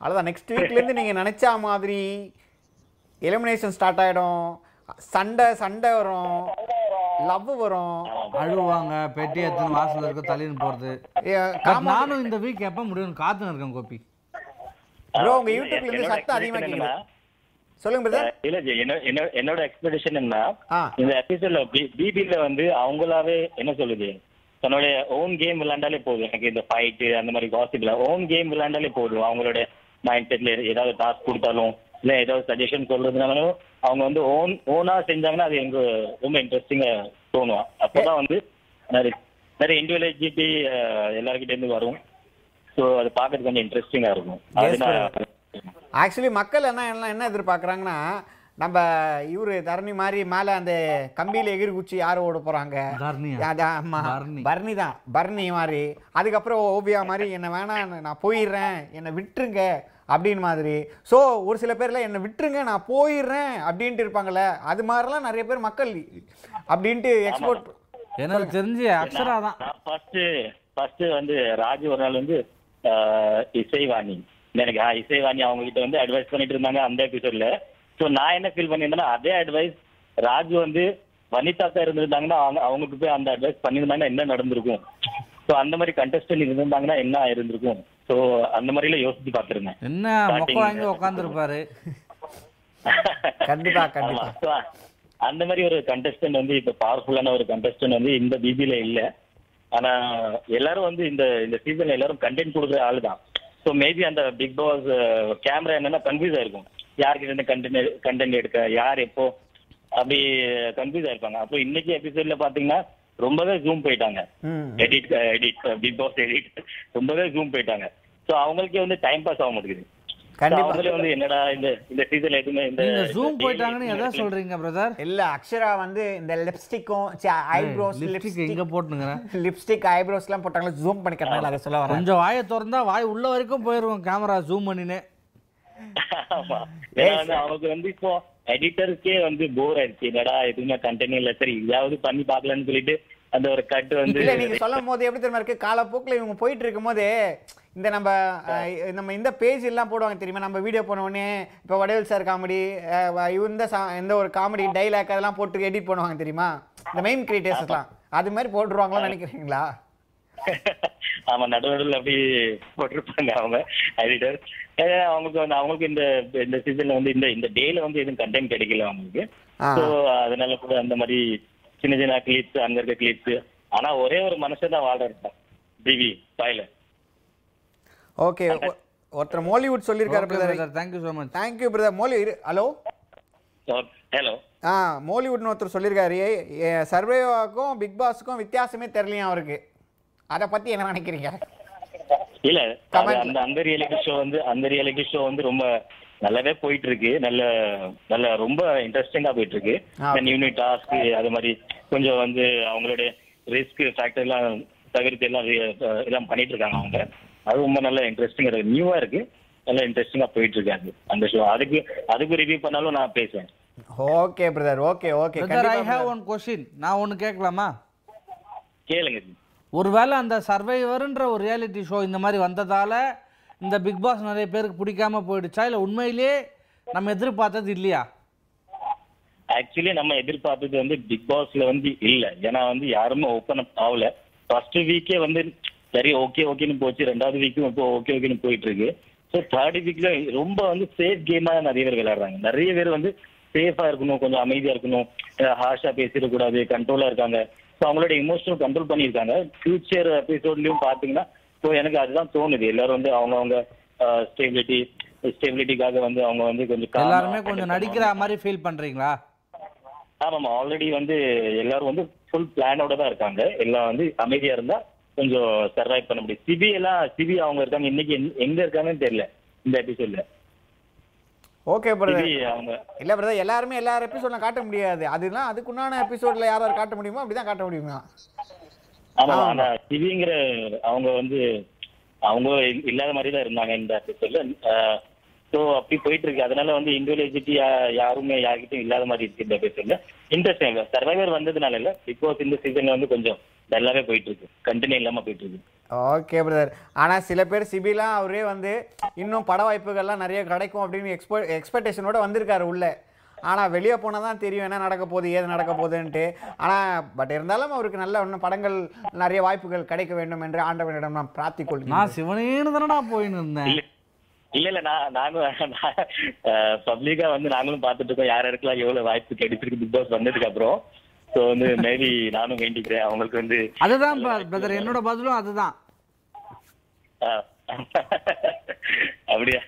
அவ்வளோதான் நெக்ஸ்ட் வீக்லேருந்து நீங்கள் நினச்சா மாதிரி எலிமினேஷன் ஸ்டார்ட் ஆகிடும் சண்டை சண்டை வரும் லவ் வரும்
அழுவாங்க பெட்டி எடுத்துன்னு வாசல்ல இருக்க தள்ளின்னு போறது
ஏ-
But நானும் இந்த வீக் எப்ப முடியும் காத்துன்னு இருக்கேன் கோபி
Bro, உங்க
ஆ,
YouTubeல இருந்து
என்னோட
சத்தம் அதிகமா
expectation
கேக்குது.
என்னன்னா,
சொல்லுங்க பிரதர்
அஹ் இல்ல ஜி, என்ன- என்ன- என்னோட எக்ஸ்பெக்டேஷன் என்ன
ஆ.
இந்த எபிசோட்ல பிபில வந்து அவங்களாவே என்ன சொல்லுது தன்னுடைய ஓன் கேம் விளையாண்டாலே போதும் எனக்கு இந்த ஃபைட் அந்த மாதிரி காசிப்ல ஓன் கேம் விளையாண்டாலே போதும் அவங்களோட மைண்ட் செட்ல ஏதாவது டாஸ்க் கொடுத்தாலும் இல்ல ஏதாவது சஜஷன் சொல்றதுனாலும் அவங்க வந்து ஓன் ஓனா செஞ்சாங்கன்னா அது எனக்கு ரொம்ப இன்ட்ரெஸ்டிங்கா தோணும் அப்பதான் வந்து நிறைய நிறைய இண்டிவிஜுவலிட்டி எல்லாருக்கிட்ட இருந்து வரும் ஸோ அது பார்க்கறதுக்கு கொஞ்சம் இன்ட்ரெஸ்டிங்கா இருக்கும் அது நான்
ஆக்சுவலி மக்கள் என்ன என்ன என்ன எதிர்பார்க்குறாங்கன்னா நம்ம இவரு தரணி மாதிரி மேலே அந்த கம்பியில் எகிரி குச்சி யார் ஓட போகிறாங்க
தரணியா? பரணி.
பர்னி தான் பர்னி மாதிரி அதுக்கப்புறம் ஓவியா மாதிரி என்னை வேணாம் நான் போயிடுறேன் என்னை விட்டுருங்க அப்படின்னு மாதிரி ஸோ ஒரு சில பேர்லாம் என்னை விட்டுருங்க நான் போயிடுறேன் அப்படின்ட்டு இருப்பாங்கள்ல அது மாதிரிலாம் நிறைய பேர் மக்கள் அப்படின்ட்டு எக்ஸ்போர்ட்
எனக்கு தெரிஞ்சு அக்ஷரா தான்
நான் ஃபர்ஸ்ட் ஃபர்ஸ்ட் வந்து ராஜு ஒரு நாள் வந்து ஆஹ், இசைவாணி எனக்கு ஆஹ், இசைவாணி அவங்க கிட்ட வந்து அட்வைஸ் பண்ணிட்டு இருந்தாங்க அந்த எபிசோட்ல சோ நான் என்ன ஃபீல் பண்ணியிருந்தேன்னா அதே அட்வைஸ் ராஜு வந்து வனிதா சார் இருந்திருந்தாங்கன்னா அவங்க அவங்களுக்கு போய் அந்த அட்வைஸ் பண்ணியிருந்தாங்கன்னா என்ன நடந்திருக்கும் சோ அந்த மாதிரி கண்டஸ்டன் இருந்திருந்தாங்கன்னா என்ன இருந்திருக்கும் சோ அந்த மாதிரில யோசிச்சு பார்த்திருந்தேன்
என்ன மொக்க வாங்கி உட்காந்துருப்பாரு
கண்டிப்பா, கண்டிப்பா.
ஆமா. So, அந்த மாதிரி ஒரு கண்டஸ்டன்ட் வந்து இப்ப பவர்ஃபுல்லான ஒரு கண்டஸ்டன்ட் வந்து இந்த பிபில இல்ல ஆனா எல்லாரும் வந்து இந்த இந்த சீசன்ல எல்லாரும் கண்டென்ட் கொடுக்குற ஆளு தான் ஸோ மேபி அந்த பிக் பாஸ் கேமரா என்னன்னா கன்ஃபியூஸ் ஆயிருக்கும் யார்கிட்ட இருந்து கண்டென்ட் கண்டென்ட் எடுக்க யார் எப்போ அப்படி கன்ஃபியூஸ் ஆயிருப்பாங்க அப்போ இன்னைக்கு எபிசோட்ல பாத்தீங்கன்னா ரொம்பவே ஜூம் போயிட்டாங்க
ம்
edit edit Bigg Boss edit ரொம்பவே ஜூம் போயிட்டாங்க ஸோ அவங்களுக்கே வந்து டைம் பாஸ் ஆக மாட்டேங்குது So,
கண்டிப்பாக
அவங்களே வந்து என்னடா இந்த இந்த சீசன்ல எதுவுமே இந்த
நீங்க ஜூம்
இந்த
போயிட்டாங்கன்னு
daily
எதை சொல்றீங்க பிரதர்
இல்லை அக்ஷரா வந்து இந்த லிப்ஸ்டிக்கும் ஐப்ரோஸ்
லிப்ஸ்டிக்
லிப்ஸ்டிக்
எங்க போட்டுங்கிறேன்
லிப்ஸ்டிக் ஐப்ரோஸ்லாம் போட்டாங்களா ஜூம் பண்ணிக்கிறனால அதை சொல்ல வரேன்
கொஞ்சம் வாயை திறந்தா வாய் உள்ள வரைக்கும் போயிருவோம் கேமரா ஜூம் பண்ணினே
*laughs* ஆமா. ஏன்னா வந்து அவங்களுக்கு வந்து இப்போ எடிட்டருக்கே வந்து போர் ஆயிடுச்சு என்னடா எதுவுமே கண்டென்ட் இல்ல சரி இதாவது பண்ணி பாக்கலாம்னு சொல்லிட்டு அந்த ஒரு கட் வந்து
இல்ல நீங்க சொல்லும் போது எப்படி தெரியுமா இருக்கு காலப்போக்கில் இவங்க போயிட்டு இருக்கும்போது இந்த நம்ம அஹ், நம்ம இந்த பேஜ் எல்லாம் போடுவாங்க தெரியுமா நம்ம வீடியோ போன உடனே இப்போ வடிவேல் சார் காமெடி இந்த சா- இந்த ஒரு காமெடி டைலாக் அதெல்லாம் போட்டு எடிட் பண்ணுவாங்க தெரியுமா இந்த மெயின் கிரியேட்டர்ஸ்லாம் அது மாதிரி போட்டுருவாங்களான்னு நினைக்கிறீங்களா
ஆமா நடுவில் அப்படி போட்டிருப்பாங்க அவங்க எடிட்டர் அவங்களுக்கு வந்து அவங்களுக்கு இந்த இந்த சீசன்ல வந்து இந்த இந்த டேல வந்து எதுவும் கண்டென்ட் கிடைக்கல அவங்களுக்கு
ஆ.
சோ அதனால கூட அந்த மாதிரி சின்ன சின்ன கிளிப்ஸ் அங்க இருக்க கிளிப்ஸ் ஆனா ஒரே ஒரு மனுஷன் தான் வாழ இருக்கான் டிவி பாயில
ஓகே ஒருத்தர் மோலிவுட் சொல்லியிருக்காரு brother
thank you so much
thank you brother மோலி இரு- ஹலோ
ஹலோ
ஆ மோலிவுட்னு ஒருத்தர் சொல்லியிருக்காரு சர்வேவாக்கும் பிக் பாஸுக்கும் வித்தியாசமே தெரியலையா அவருக்கு அதை பற்றி என்ன நினைக்கிறீங்க
இல்ல அது
Comment.
அந்த அந்த ரியலிட்டி ஷோ வந்து அந்த ரியலிட்டி ஷோ வந்து ரொம்ப நல்லாவே போயிட்டு இருக்கு நல்ல நல்ல ரொம்ப இன்ட்ரெஸ்டிங்கா போயிட்டு இருக்கு
ஆ,
யூனிட் டாஸ்க் அது மாதிரி கொஞ்சம் வந்து அவங்களுடைய ரிஸ்க் ஃபேக்டர் எல்லாம் தவிர்த்து எல்லாம் re- அஹ் எல்லாம் பண்ணிட்டு இருக்காங்க அவங்க அது ரொம்ப நல்ல இன்ட்ரெஸ்டிங்கா இருக்கு நியூவா இருக்கு நல்ல இன்ட்ரெஸ்டிங்கா போயிட்டு இருக்காங்க அந்த ஷோ அதுக்கு அதுக்கு ரிவ்யூ பண்ணாலும் நான் பேசுவேன்
okay brother okay okay
brother I have one question நான் ஒன்று கேட்கலாமா
கேளுங்க
ஒருவேளை அந்த சர்வைவர்ன்ற ஒரு ரியாலிட்டி ஷோ இந்த மாதிரி வந்ததால இந்த பிக் பாஸ் நிறைய பேருக்கு பிடிக்காம போயிடுச்சா இல்லை உண்மையிலேயே நம்ம எதிர்பார்த்தது இல்லையா
ஆக்சுவலி நம்ம எதிர்பார்த்தது வந்து பிக் பாஸ்ல வந்து இல்ல ஏன்னா வந்து யாருமே ஓப்பன் அப் ஆகல ஃபர்ஸ்ட் வீக்கே வந்து சரி ஓகே ஓகேன்னு போச்சு ரெண்டாவது வீக்கும் இப்போ ஓகே ஓகேன்னு போயிட்டு இருக்கு ஸோ தேர்ட் வீக்ல ரொம்ப வந்து சேஃப் கேமா நிறைய பேர் விளையாடுறாங்க நிறைய பேர் வந்து சேஃபா இருக்கணும் கொஞ்சம் அமைதியா இருக்கணும் ஹார்ஷா பேசிடக்கூடாது கண்ட்ரோலா இருக்காங்க ஸோ அவங்களோட இமோஷனல் கண்ட்ரோல் பண்ணியிருக்காங்க ஃபியூச்சர் எபிசோட்லயும் பாத்தீங்கன்னா ஸோ எனக்கு அதுதான் தோணுது எல்லாரும் வந்து அவங்கவங்க ஸ்டெபிலிட்டி ஸ்டெபிலிட்டிக்காக வந்து அவங்க வந்து கொஞ்சம் calm ஆ
எல்லாருமே
handle
கொஞ்சம்
பண்ணுவாங்க.
நடிக்கிற மாதிரி ஃபீல் பண்றீங்களா
ஆமாம் ஆல்ரெடி வந்து எல்லாரும் வந்து ஃபுல் பிளானோட தான் இருக்காங்க எல்லாம் வந்து அமைதியா இருந்தா கொஞ்சம் சர்வைவ் பண்ண முடியும் சிபி எல்லாம் சிபி அவங்க இருக்காங்க இன்னைக்கு எங்க- எங்க இருக்காங்கன்னு தெரியல இந்த எபிசோட்ல
ஓகே பிரதர்
சிபி அவங்க
இல்லை பிரதர் எல்லாருமே எல்லா எபிசோட்லாம் காட்ட முடியாது அதுலாம் அதுக்குண்டான எபிசோடில் யாராவது காட்ட முடியுமோ அப்படி தான் காட்ட முடியுமா
ஆமா
ஆமா.
ஆனா சிவிங்கிற அவங்க வந்து அவங்க இல்- இல்லாத மாதிரி தான் இருந்தாங்க இந்த எபிசோட்ல ஸோ அப்படி போயிட்டு இருக்கு அதனால வந்து இண்டிவிஜுவாலிட்டி யாருமே யார்கிட்டயும் இல்லாத மாதிரி இருக்கு இந்த எபிசோட்ல இன்ட்ரெஸ்டிங் சர்வைவர் வந்ததுனால இல்ல பிகாஸ் இந்த சீசன்ல வந்து கொஞ்சம் நல்லாவே போயிட்டு இருக்கு கண்டினியூ இல்லாம போயிட்டு இருக்கு
ஓகே பிரதர் ஆனால் சில பேர் சிபிலாம் அவரே வந்து இன்னும் பட வாய்ப்புகள்லாம் நிறைய கிடைக்கும் அப்படின்னு எக்ஸ்பெ எக்ஸ்பெக்டேஷனோட வந்திருக்காரு உள்ளே ஆனால் வெளியே போனால் தான் தெரியும் என்ன நடக்க போகுது ஏது நடக்க போகுதுன்ட்டு ஆனால் பட் இருந்தாலும் அவருக்கு நல்ல இன்னும் படங்கள் நிறைய வாய்ப்புகள் கிடைக்க வேண்டும் என்று ஆண்டவனிடம் நான் பிரார்த்திக்கொள்கிறேன்
நான் சிவனேன்னு தானடா போயின்னு இருந்தேன்
இல்ல இல்ல இல்ல நான் நானும் பப்ளிக்கா வந்து நாங்களும் பாத்துட்டு இருக்கோம் யார் யாருக்கெல்லாம் எவ்வளவு வாய்ப்பு கிடைச்சிருக்கு பிக் பாஸ் வந்ததுக்கு அப்புறம் சோ வந்து மேபி நானும் வேண்டிக்கிறேன் அவங்களுக்கு வந்து
அதுதான் பிரதர் என்னோட பதிலும் அதுதான்
அஹ், அப்படியா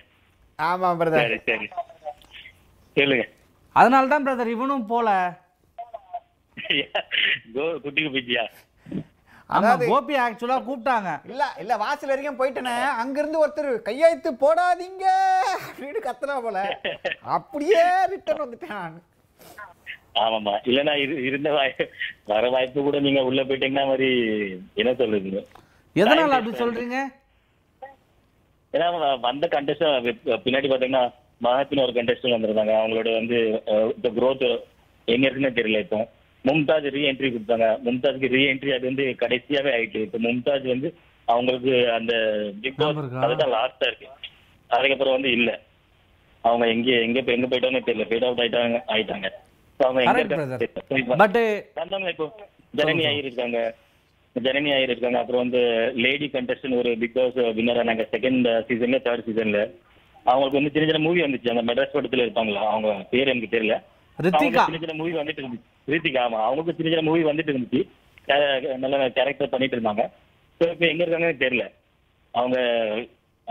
ஆமாம் பிரதர்
சரி சரி சொல்லுங்க
அதனால தான் பிரதர் இவனும் போல
கோ குட்டிக்கு போயிட்டியா
ஆமா
அதாவது-
கோபி ஆக்சுவலா கூப்பிட்டாங்க
இல்ல இல்ல வாசல் வரைக்கும் போயிட்டேனே அங்கிருந்து ஒருத்தர் கையெழுத்து போடாதீங்க அப்படின்னு கத்துனா போல அப்படியே ரிட்டர்ன் வந்துட்டேன் நான்
ஆமாமா இல்லன்னா இது இருந்த வாய் வர வாய்ப்பு கூட நீங்க உள்ள போயிட்டீங்கன்னா மாதிரி என்ன சொல்றது
எதனால அப்படி சொல்றீங்க
ஏன்னா அவன் வந்த கண்டஸ்ட் பின்னாடி பாத்தீங்கன்னா மகாத்தின் ஒரு கண்டஸ்ட் வந்திருந்தாங்க அவங்களோட வந்து அஹ், இப்ப growth எங்க இருக்குன்னு தெரியல இப்போ மும்தாஜ் ரீ என்ட்ரி கொடுத்தாங்க மும்தாஜ்க்கு ரீ என்ட்ரி அது வந்து கடைசியாவே ஆயிட்டு இப்போ மும்தாஜ் வந்து அவங்களுக்கு அந்த பிக் பாஸ்
ஞாபகம் இருக்கா?
அதுதான் லாஸ்டா இருக்கு அதுக்கப்புறம் வந்து இல்ல அவங்க எங்க எங்க போய்- எங்க போயிட்டாங்கன்னு தெரியல ஃபேட் அவுட் ஆயிட்டாங்க ஆயிட்டாங்க So அவங்க எங்க
கரெக்ட்
இருக்காங்கன்னு
பிரதர்
தெரியல. So இப்ப-
பட்
வந்தாங்க இப்போ ஜனனி ஐயர் இருக்காங்க ஜனனி ஐயர் இருக்காங்க அப்புறம் வந்து லேடி கண்டஸ்டன் ஒரு பிக் பாஸ் வின்னர் ஆனாங்க செகண்ட் சீசன்ல தேர்ட் சீசன்ல அவங்களுக்கு வந்து சின்ன சின்ன மூவி வந்துச்சு அந்த மெட்ராஸ் படத்துல இருப்பாங்களா அவங்க பேர் எனக்கு தெரியல
ரித்திகா
அவங்களுக்கு சின்ன சின்ன மூவி வந்துட்டு இருந்துச்சு ரித்திகா ஆமா அவங்களுக்கு சின்ன சின்ன மூவி வந்துட்டு இருந்துச்சு க- நல்ல கேரக்டர் பண்ணிட்டு இருந்தாங்க ஸோ இப்போ எங்க இருக்காங்கன்னு தெரியல அவங்க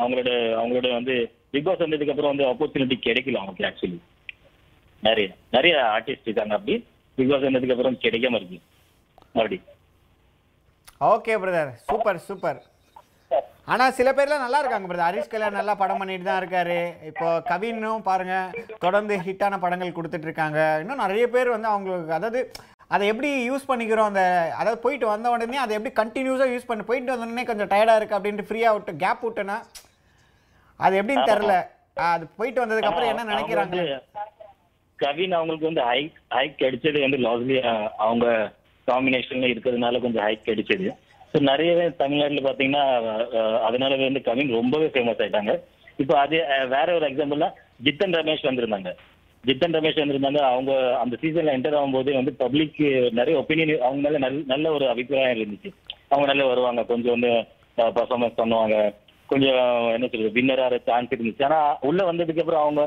அவங்களோட அவங்களோட வந்து பிக் பாஸ் வந்ததுக்கு அப்புறம் வந்து ஆப்பர்ச்சுனிட்டி கிடைக்கல அவங்களுக்கு ஆக்சுவலி நிறைய நிறைய ஆர்டிஸ்ட் இருக்காங்க அப்படி பிக் பாஸ் வந்ததுக்கு அப்புறம் கிடைக்காம இருக்கு மறுபடி
ஓகே பிரதர் சூப்பர் சூப்பர் ஆனா சில பேர்லாம் நல்லா இருக்காங்க பிரதர் ஹரிஷ் கல்யாண் நல்லா படம் பண்ணிட்டு தான் இருக்காரு இப்போ கவினும் பாருங்க தொடர்ந்து ஹிட்டான படங்கள் கொடுத்துட்டு இருக்காங்க இன்னும் நிறைய பேர் வந்து அவங்களுக்கு அதாவது அதை எப்படி யூஸ் பண்ணிக்கிறோம் அந்த அதாவது போயிட்டு வந்த உடனே அதை எப்படி கண்டினியூஸாக யூஸ் பண்ணி போயிட்டு வந்த உடனே கொஞ்சம் டயர்டாக இருக்குது அப்படின்ட்டு ஃப்ரீயாக விட்டு கேப் விட்டேன்னா அது எப்படின்னு தெரில அது போயிட்டு வந்ததுக்கு அப்புறம் என்ன
ஆனா,
நினைக்கிறாங்க
அவங்க வந்து கவின் அவங்களுக்கு வந்து ஹைக் ஹைக் கிடைச்சது வந்து லாஸ்ட்லி அவங்க காம்பினேஷன்ல இருக்கிறதுனால கொஞ்சம் ஹைக் கிடைச்சது ஸோ நிறைய பேர் தமிழ்நாட்டுல பாத்தீங்கன்னா அஹ், அதனால வந்து கவின் ரொம்பவே ஃபேமஸ் ஆயிட்டாங்க இப்போ அதே அஹ், வேற ஒரு எக்ஸாம்பிள்னா ஜித்தன் ரமேஷ் வந்திருந்தாங்க ஜித்தன் ரமேஷ் வந்திருந்தாங்க அவங்க அந்த சீசன்ல என்டர் ஆகும்போது வந்து பப்ளிக் நிறைய ஒப்பீனியன் அவங்க மேல நல்ல நல்ல ஒரு அபிப்பிராயம் இருந்துச்சு அவங்க நல்லா வருவாங்க கொஞ்சம் வந்து பர்ஃபார்மன்ஸ் பண்ணுவாங்க கொஞ்சம் என்ன சொல்றது வின்னர் ஆகிற சான்ஸ் இருந்துச்சு ஆனா உள்ள வந்ததுக்கு அப்புறம் அவங்க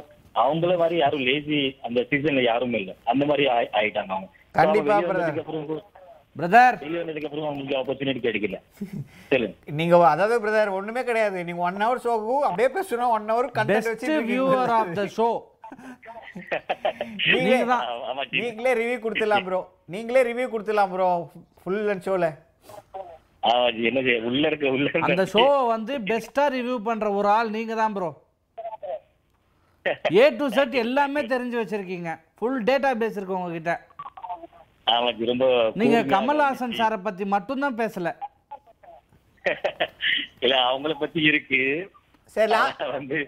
அவங்கள மாதிரி யாரும் லேசி அந்த சீசன்ல யாரும் இல்ல அந்த மாதிரி ஆயி- ஆயிட்டாங்க அவங்க
கண்டிப்பா
அவங்க வெளிய
brother.
வந்ததுக்கு அப்புறம் கூட-
பிரதர்
வெளியே வந்ததுக்கு அப்புறம் உங்களுக்கு ஆப்பர்ச்சுனிட்டி கிடைக்கல சொல்லுங்க
நீங்க அதாவது பிரதர் ஒண்ணுமே கிடையாது நீங்க ஒன் ஹவர் ஷோக்கு அப்படியே பேசணும் ஒன் ஹவர் கண்டென்ட்
பெஸ்ட்
வச்சு
வியூவர் ஆஃப் த ஷோ
நீங்களே
நீங்கதான்.
ஆமா, ஜி.
நீங்களே ரிவ்யூ கொடுத்துடலாம் ப்ரோ நீங்களே ரிவ்யூ கொடுத்துடலாம் ப்ரோ ஃபுல் அண்ட் ஷோல
ஆமா, ஜி, என்ன செய்ய உள்ள இருக்க உள்ள இருக்க
அந்த ஷோவை வந்து பெஸ்டா ரிவ்யூ பண்ற ஒரு ஆள் நீங்க தான் ப்ரோ ஏ டு செட் எல்லாமே தெரிஞ்சு வச்சிருக்கீங்க ஃபுல் டேட்டா பேஸ் இருக்கு உங்ககிட்ட
ஆமா ஜி, ரொம்ப
நீங்க
பொறுமையா
கமல்ஹாசன் சாரை பத்தி மட்டும்தான் பேசல
இல்ல அவங்கள பத்தி இருக்கு
சரி
ஆனா வந்து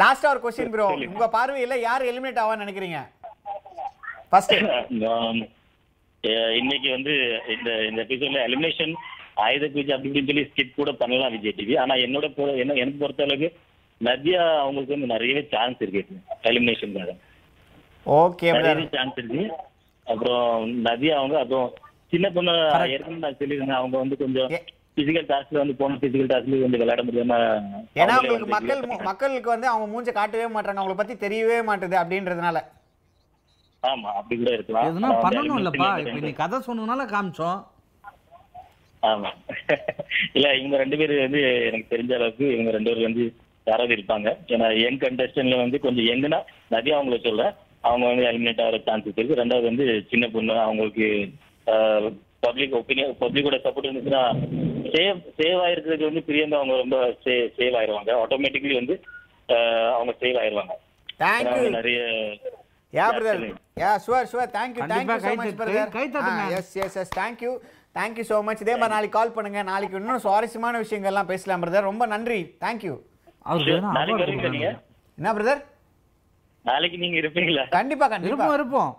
லாஸ்டா ஒரு கொஸ்டின் ப்ரோ உங்க பார்வையில யார் எலிமினேட் ஆவான்னு நினைக்கிறீங்க
*coughs*
ஃபர்ஸ்ட்
நான், அஹ், um, இன்னைக்கு வந்து இந்த இந்த எபிசோட்ல எலிமினேஷன் ஆயுத பூஜை அப்படி இப்படின்னு சொல்லி ஸ்கிப் கூட பண்ணலாம் விஜய் டிவி ஆனா என்னோட பொறு- என்ன எனக்கு பொறுத்த அளவுக்கு நதியா அவங்களுக்கு வந்து நிறையவே சான்ஸ் இருக்கு எலிமினேஷன்
ஓகே
நிறையவே சான்ஸ் இருக்கு அப்புறம் நதியா அவங்க அப்புறம் சின்ன பொண்ணு ஏற்கனவே நான் சொல்லியிருந்தேன் அவங்க வந்து கொஞ்சம்
ஏ-
பிசிக்கல் டாஸ்க்ல வந்து போன பிசிக்கல் டாஸ்க்ல வந்து விளையாட முடியாம
ஏன்னா
அவங்களே
உங்களுக்கு
வந்து
மக்கள் மு- மக்களுக்கு வந்து அவங்க மூஞ்ச காட்டவே மாட்டாங்க அவங்கள பத்தி தெரியவே மாட்டுது அப்படின்றதுனால
ஆமா அப்படி கூட இருக்கலாம்
எதுனா
ஆனா வந்து
பண்ணணும் இல்லப்பா
elimination
இப்ப நீ கதை சொன்னதுனால காமிச்சோம்
ஆமா இல்ல இவங்க ரெண்டு பேர் வந்து எனக்கு தெரிஞ்ச அளவுக்கு இவங்க ரெண்டு பேர் வந்து யாராவது இருப்பாங்க ஏன்னா யங் கண்டஸ்டன்ட்ல வந்து கொஞ்சம் யங்குனா நிறைய அவங்கள சொல்ல அவங்க வந்து எலிமினேட் ஆகிற சான்சஸ் இருக்கு ரெண்டாவது வந்து சின்ன பொண்ணு அவங்களுக்கு பப்ளிக் ஒப்பீனியன் பப்ளிக்கோட சப்போர்ட் இருந்துச்சுன்னா சேவ் சேவ் ஆயிருக்கிறதுக்கு வந்து பிரியங்கா அவங்க ரொம்ப சேவ் ஆயிருவாங்க ஆட்டோமேட்டிக்லி வந்து ஆஹ் அவங்க சேவ் ஆயிருவாங்க ஏன்னா
தேங்க்யூ
வந்து நிறைய
ya brother ya sure sure thank you
கண்டிப்பா
தேங்க்யூ ஸோ
கை
மச்
தட்டு,
பிரதர்
கை தட்டுங்க.
Yes yes yes thank you thank you so much இதே மாதிரி நாளைக்கு கால் பண்ணுங்க நாளைக்கு இன்னும் சுவாரஸ்யமான விஷயங்கள்லாம் பேசலாம் பிரதர் ரொம்ப நன்றி தேங்க்யூ
அவருக்கு எதுனா
நாளைக்கு
award
வருவீங்களா நீங்க
கொடுக்கணும்.
என்ன பிரதர்
நாளைக்கு நீங்க இருப்பீங்களா
கண்டிப்பா கண்டிப்பா
இருப்போம் இருப்போம்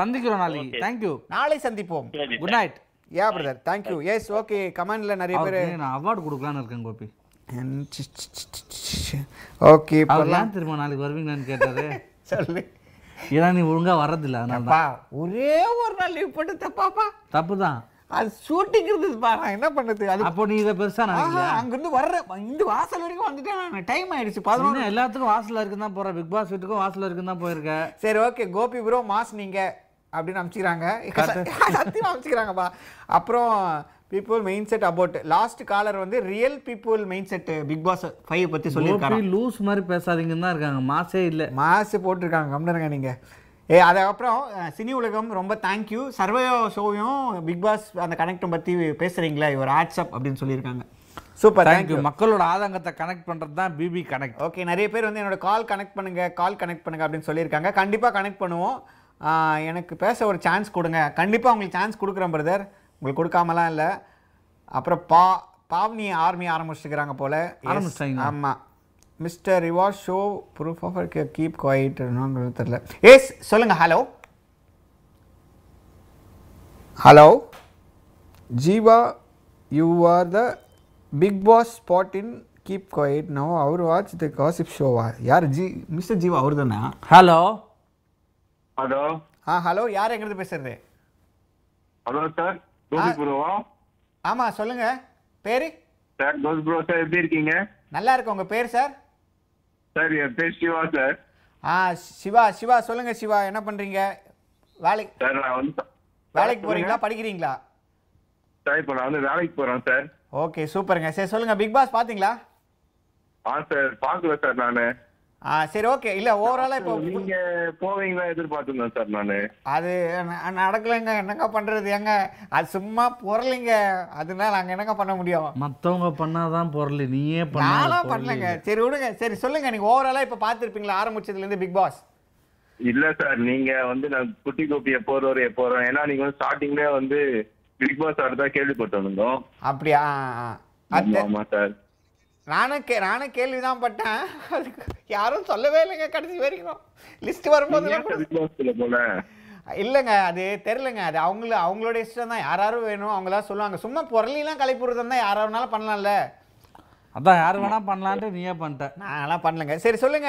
சந்திக்கிறோம் நாளைக்கு
Okay.
தேங்க்யூ
நாளை சந்திப்போம்
சரி,
good night
ya brother thank you yes okay கமெண்ட்ல நிறைய பேர்
அவருக்கு நான் அவார்டு கொடுக்கலான்னு இருக்கேன் கோபி
ஓகே
அவர் ஏன் திரும்ப நாளைக்கு வருவீங்களான்னு கேட்டாரு
சொல்லு
ஏன்னா நீ ஒழுங்கா வர்றதில்ல அதனால தான்
பா ஒரே ஒரு நாள் லீவ் போட்டு தப்பாப்பா
தப்பு தான்
அது ஷூட்டிங் இருந்ததுப்பா நான் என்ன பண்ணது அது
அப்போ நீ இதை பெருசா
ஆஹா,
நினைக்கல
அங்கிருந்து வர்ற இந்த வாசல் வரைக்கும் வந்துட்டேன் டைம் ஆயிடுச்சு
இன்னும்
பதினொன்று
எல்லாத்துக்கும் வாசல்ல இருக்குன்னு தான் போற பிக் பாஸ் வீட்டுக்கும் வாசல்ல இருக்குன்னு தான் போயிருக்க
சரி ஓகே கோபி ப்ரோ மாஸ் நீங்க அப்படின்னு அனுப்பிச்சிக்கிறாங்க சத்தியமா அனுப்பிச்சிக்கிறாங்கப்பா அப்புறம் people main set about last caller வந்து real people main set Bigg pass five பத்தி சொல்லியிருக்காங்க
கோபி லூஸ் மாதிரி பேசாதீங்கன்னு தான் இருக்காங்க மாசே இல்ல
மாசு போட்டிருக்காங்க கம்னருங்க நீங்கள் ஏ அதுக்கப்புறம் அஹ், சினி உலகம் ரொம்ப தேங்க்யூ சர்வே ஷோவையும் பிக் பாஸ் அந்த கனெக்டும் பற்றி பேசுகிறீங்களா யுவர் ஆட்ஸ் அப் அப்படின்னு சொல்லியிருக்காங்க சூப்பர்
தேங்க்யூ
தேங்க்யூ
மக்களோட ஆதங்கத்தை கனெக்ட் பண்றது தான் பிபி கனெக்ட்
ஓகே நிறைய பேர் வந்து என்னோட கால் கனெக்ட் பண்ணுங்க கால் கனெக்ட் பண்ணுங்க அப்படின்னு சொல்லியிருக்காங்க கண்டிப்பாக கனெக்ட் பண்ணுவோம் ஆஹ், எனக்கு பேச ஒரு சான்ஸ் கொடுங்க கண்டிப்பாக உங்களுக்கு சான்ஸ் கொடுக்குறேன் பிரதர் உங்களுக்கு கொடுக்காமலாம் இல்லை அப்புறம் பா பாவ்னி ஆர்மி ஆரம்பிச்சுக்கிறாங்க போல
ஆரம்பிச்சிட்டாங்களா?
ஆமாம் மிஸ்டர் ரிவாஸ் show proof off keep quiet தெரில எஸ் சொல்லுங்க hello hello Jeeva you are the big boss spot in keep quiet no அவர் வாட்ச் த காசிப் ஷோவா யார் ஜி மிஸ்டர் ஜீவா அவர் தானே
ஹலோ
ஹலோ
ஆ ஹலோ யார் எங்கிறது பேசுறது
ஹலோ சார் கோபி ப்ரோவா
ஆமாம் சொல்லுங்கள் பேர்
சார் கோபி ப்ரோ சார் எப்படி இருக்கீங்க
நல்லா இருக்கு உங்கள் பேர் சார்
சார் என் பேர் சிவா சார்
ஆ சிவா சிவா சொல்லுங்கள் சிவா என்ன பண்ணுறீங்க வேலைக்கு
சார் நான் வந்து
வேலைக்கு போகிறீங்களா படிக்கிறீங்களா
சார் இப்போ நான் வந்து வேலைக்கு போறேன் சார்
ஓகே சூப்பருங்க சரி சொல்லுங்கள் பிக் பாஸ் பார்த்தீங்களா
ஆ சார் பாக்கல சார் நானு
ஆ சரி ஓகே இல்லை ஓவராலாக இப்போ
நீங்க போவீங்களா எதிர்பார்த்திருந்தேன் சார் நானு
அது ந- நடக்கலைங்க என்னங்க பண்ணுறது ஏங்க அது சும்மா பொருளைங்க அதுனா நாங்கள் என்னங்க பண்ண முடியும்
மத்தவங்க பண்ணாதான் பொருள் நீயே பண்ணாத
நானும்
பொருள்
பண்ணலங்க சரி விடுங்க சரி சொல்லுங்க நீங்க ஓவராலா இப்ப பாத்திருப்பீங்களா ஆரம்பிச்சதுல இருந்து பிக் பாஸ்
இல்ல சார் நீங்க வந்து நான் குட்டி கோப்பி எப்போ வருவாரு எப்போ வருவேன் ஏன்னா நீங்க வந்து ஸ்டார்டிங்லேயே வந்து பிக் பாஸ் ஆடுறதா கேள்விப்பட்டு வந்தோம்
அப்படியா ஆ, ஆ. அது
ஆமா ஆமா சார்
நானும் கே நானும் கேள்விதான் பட்டேன் அதுக்கு யாரும் சொல்லவே இல்லைங்க கடைசி வரைக்கும் லிஸ்ட் வரும்போது
பிக் பாஸ்ல போல
இல்லைங்க அது தெரிலங்க அது அவங்கள அவங்களோட இஷ்டம் தான் யாராரும் வேணும் அவங்களா சொல்லுவாங்க சும்மா பொருளெல்லாம் கலைப்புறதுன்னு தான் யாராருனாலும் பண்ணலாம்ல
அதான் யார் வேணா பண்ணலான்ட்டு நீயே பண்ணிட்ட
நான்லாம் பண்ணலங்க சரி சொல்லுங்க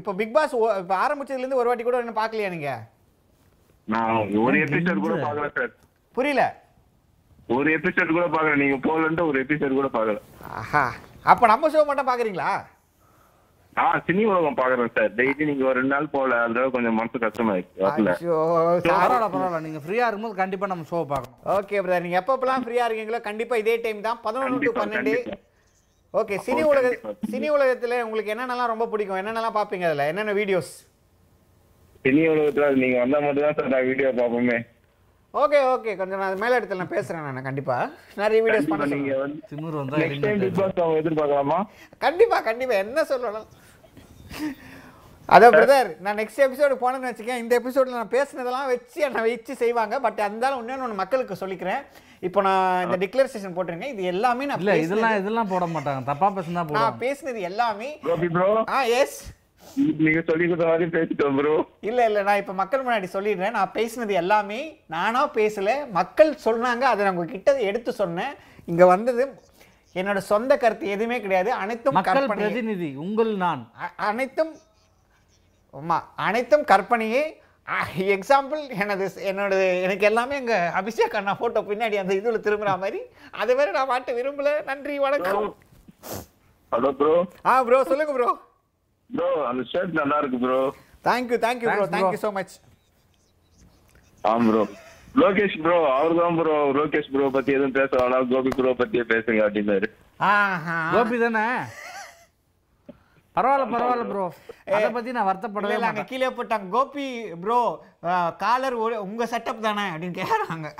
இப்போ பிக் பாஸ் ஓ- இப்போ ஆரம்பிச்சதுல இருந்து ஒரு வாட்டி கூட இன்னும் பார்க்கலையா நீங்க
நான் ஒரு எபிசோட் கூட பாக்கல சார்
புரியல
ஒரு எபிசோட் கூட பாக்கல நீங்க போலன்ட்டு ஒரு எபிசோட் கூட பாக்கல
ஆஹா அப்போ நம்ம ஷோ மட்டும் பார்க்குறீங்களா
ஆ சினி உலகம் பாக்குறேன் சார் டெய்லி நீங்க ஒரு ரெண்டு நாள் போல அதனால கொஞ்சம் மனசு கஷ்டமா இருக்கு வரல
ஐயோ
பரவாயில்ல பரவாயில்ல நீங்கள் ஃப்ரீயாக இருக்கும்போது கண்டிப்பாக நம்ம ஷோ பார்க்கணும்
ஓகே பிரதர் நீங்க எப்பப்பெல்லாம் ஃப்ரீயா இருக்கீங்களோ கண்டிப்பா இதே டைம் தான் பதினொன்று டு
கண்டிப்பா,
பன்னெண்டு
கண்டிப்பா.
ஓகே சினி
ஓ,
உலக
கண்டிப்பா.
சினி உலகத்துல உங்களுக்கு என்னென்னலாம் ரொம்ப பிடிக்கும் என்னென்னலாம் பார்ப்பீங்க அதுல என்னென்ன வீடியோஸ்
சினி உலகத்துல நீங்க வந்தா மட்டும் தான் சார் நான் வீடியோ பாப்போமே
ஓகே ஓகே கொஞ்சம் நான் மேல இடத்துல நான் பேசுறேன் நான் கண்டிப்பா நிறைய வீடியோஸ் பண்ண
நீங்க
சொல்லுங்க
வந்து
திமிர் வந்தால்
நெக்ஸ்ட் டைம் பிக் பாஸ் அவங்க எதிர்பார்க்கலாமா
கண்டிப்பா கண்டிப்பா என்ன சொல்லணும் அதான் பிரதர் நான் நெக்ஸ்ட் எபிசோடு போனேன்னு வச்சுக்கேன் இந்த எபிசோடில் நான் பேசுனதெல்லாம் வச்சு என்னை வச்சு செய்வாங்க பட் இருந்தாலும் இன்னொன்று ஒன்று மக்களுக்கு சொல்லிக்கிறேன் இப்போ நான் இந்த டிக்ளரேஷன் போட்டிருக்கேன் இது எல்லாமே நான்
இல்லை
பேசுனது-
இதெல்லாம் இதெல்லாம் போட மாட்டாங்க தப்பாக பேசுனா
நான்
போடுவாங்க
பேசுனது எல்லாமே
கோபி ப்ரோ
ஆ எஸ்
நீங்க சொல்லி கொடுத்த மாதிரி பேசிட்டோம் ப்ரோ
இல்ல இல்ல நான் இப்ப மக்கள் முன்னாடி சொல்லிடுறேன் நான் பேசினது எல்லாமே நானா பேசல மக்கள் சொன்னாங்க அதை நான் உங்ககிட்ட எடுத்து சொன்னேன் இங்க வந்தது என்னோட சொந்த கருத்து எதுவுமே கிடையாது அனைத்தும்
மக்கள்
கற்பனை
பிரதிநிதி உங்கள் நான்
அ- அனைத்தும் ஆமா அனைத்தும் கற்பனையே எக்ஸாம்பிள் எனது என்னோட எனக்கு எல்லாமே எங்க அபிஷேக் அண்ணா போட்டோ பின்னாடி அந்த இதுல திரும்புற மாதிரி அது மாதிரி நான் மாட்ட விரும்பல நன்றி வணக்கம்
ஹலோ ப்ரோ
ஆ ப்ரோ சொல்லுங்க ப்ரோ
ப்ரோ அந்த ஷர்ட் நல்லா இருக்கு bro
thank you thank you bro
Thanks, bro.
Thank you so much
ஆம் ப்ரோ லோகேஷ் ப்ரோ அவர் தான் ப்ரோ லோகேஷ் ப்ரோ பத்தி எதுவும் பேச வேணாம் கோபி ப்ரோ பத்தியே பேசுங்க அப்படின்னாரு
ஆஹா
கோபி தானே பரவாயில்ல பரவாயில்ல ப்ரோ அதை பற்றி நான் வருத்தப்படவே
இல்ல அங்க
மாட்டேன்
கீழே போட்டாங்க கோபி ப்ரோ காலர் உங்க செட்டப் தானே அப்படின்னு கேக்குறாங்க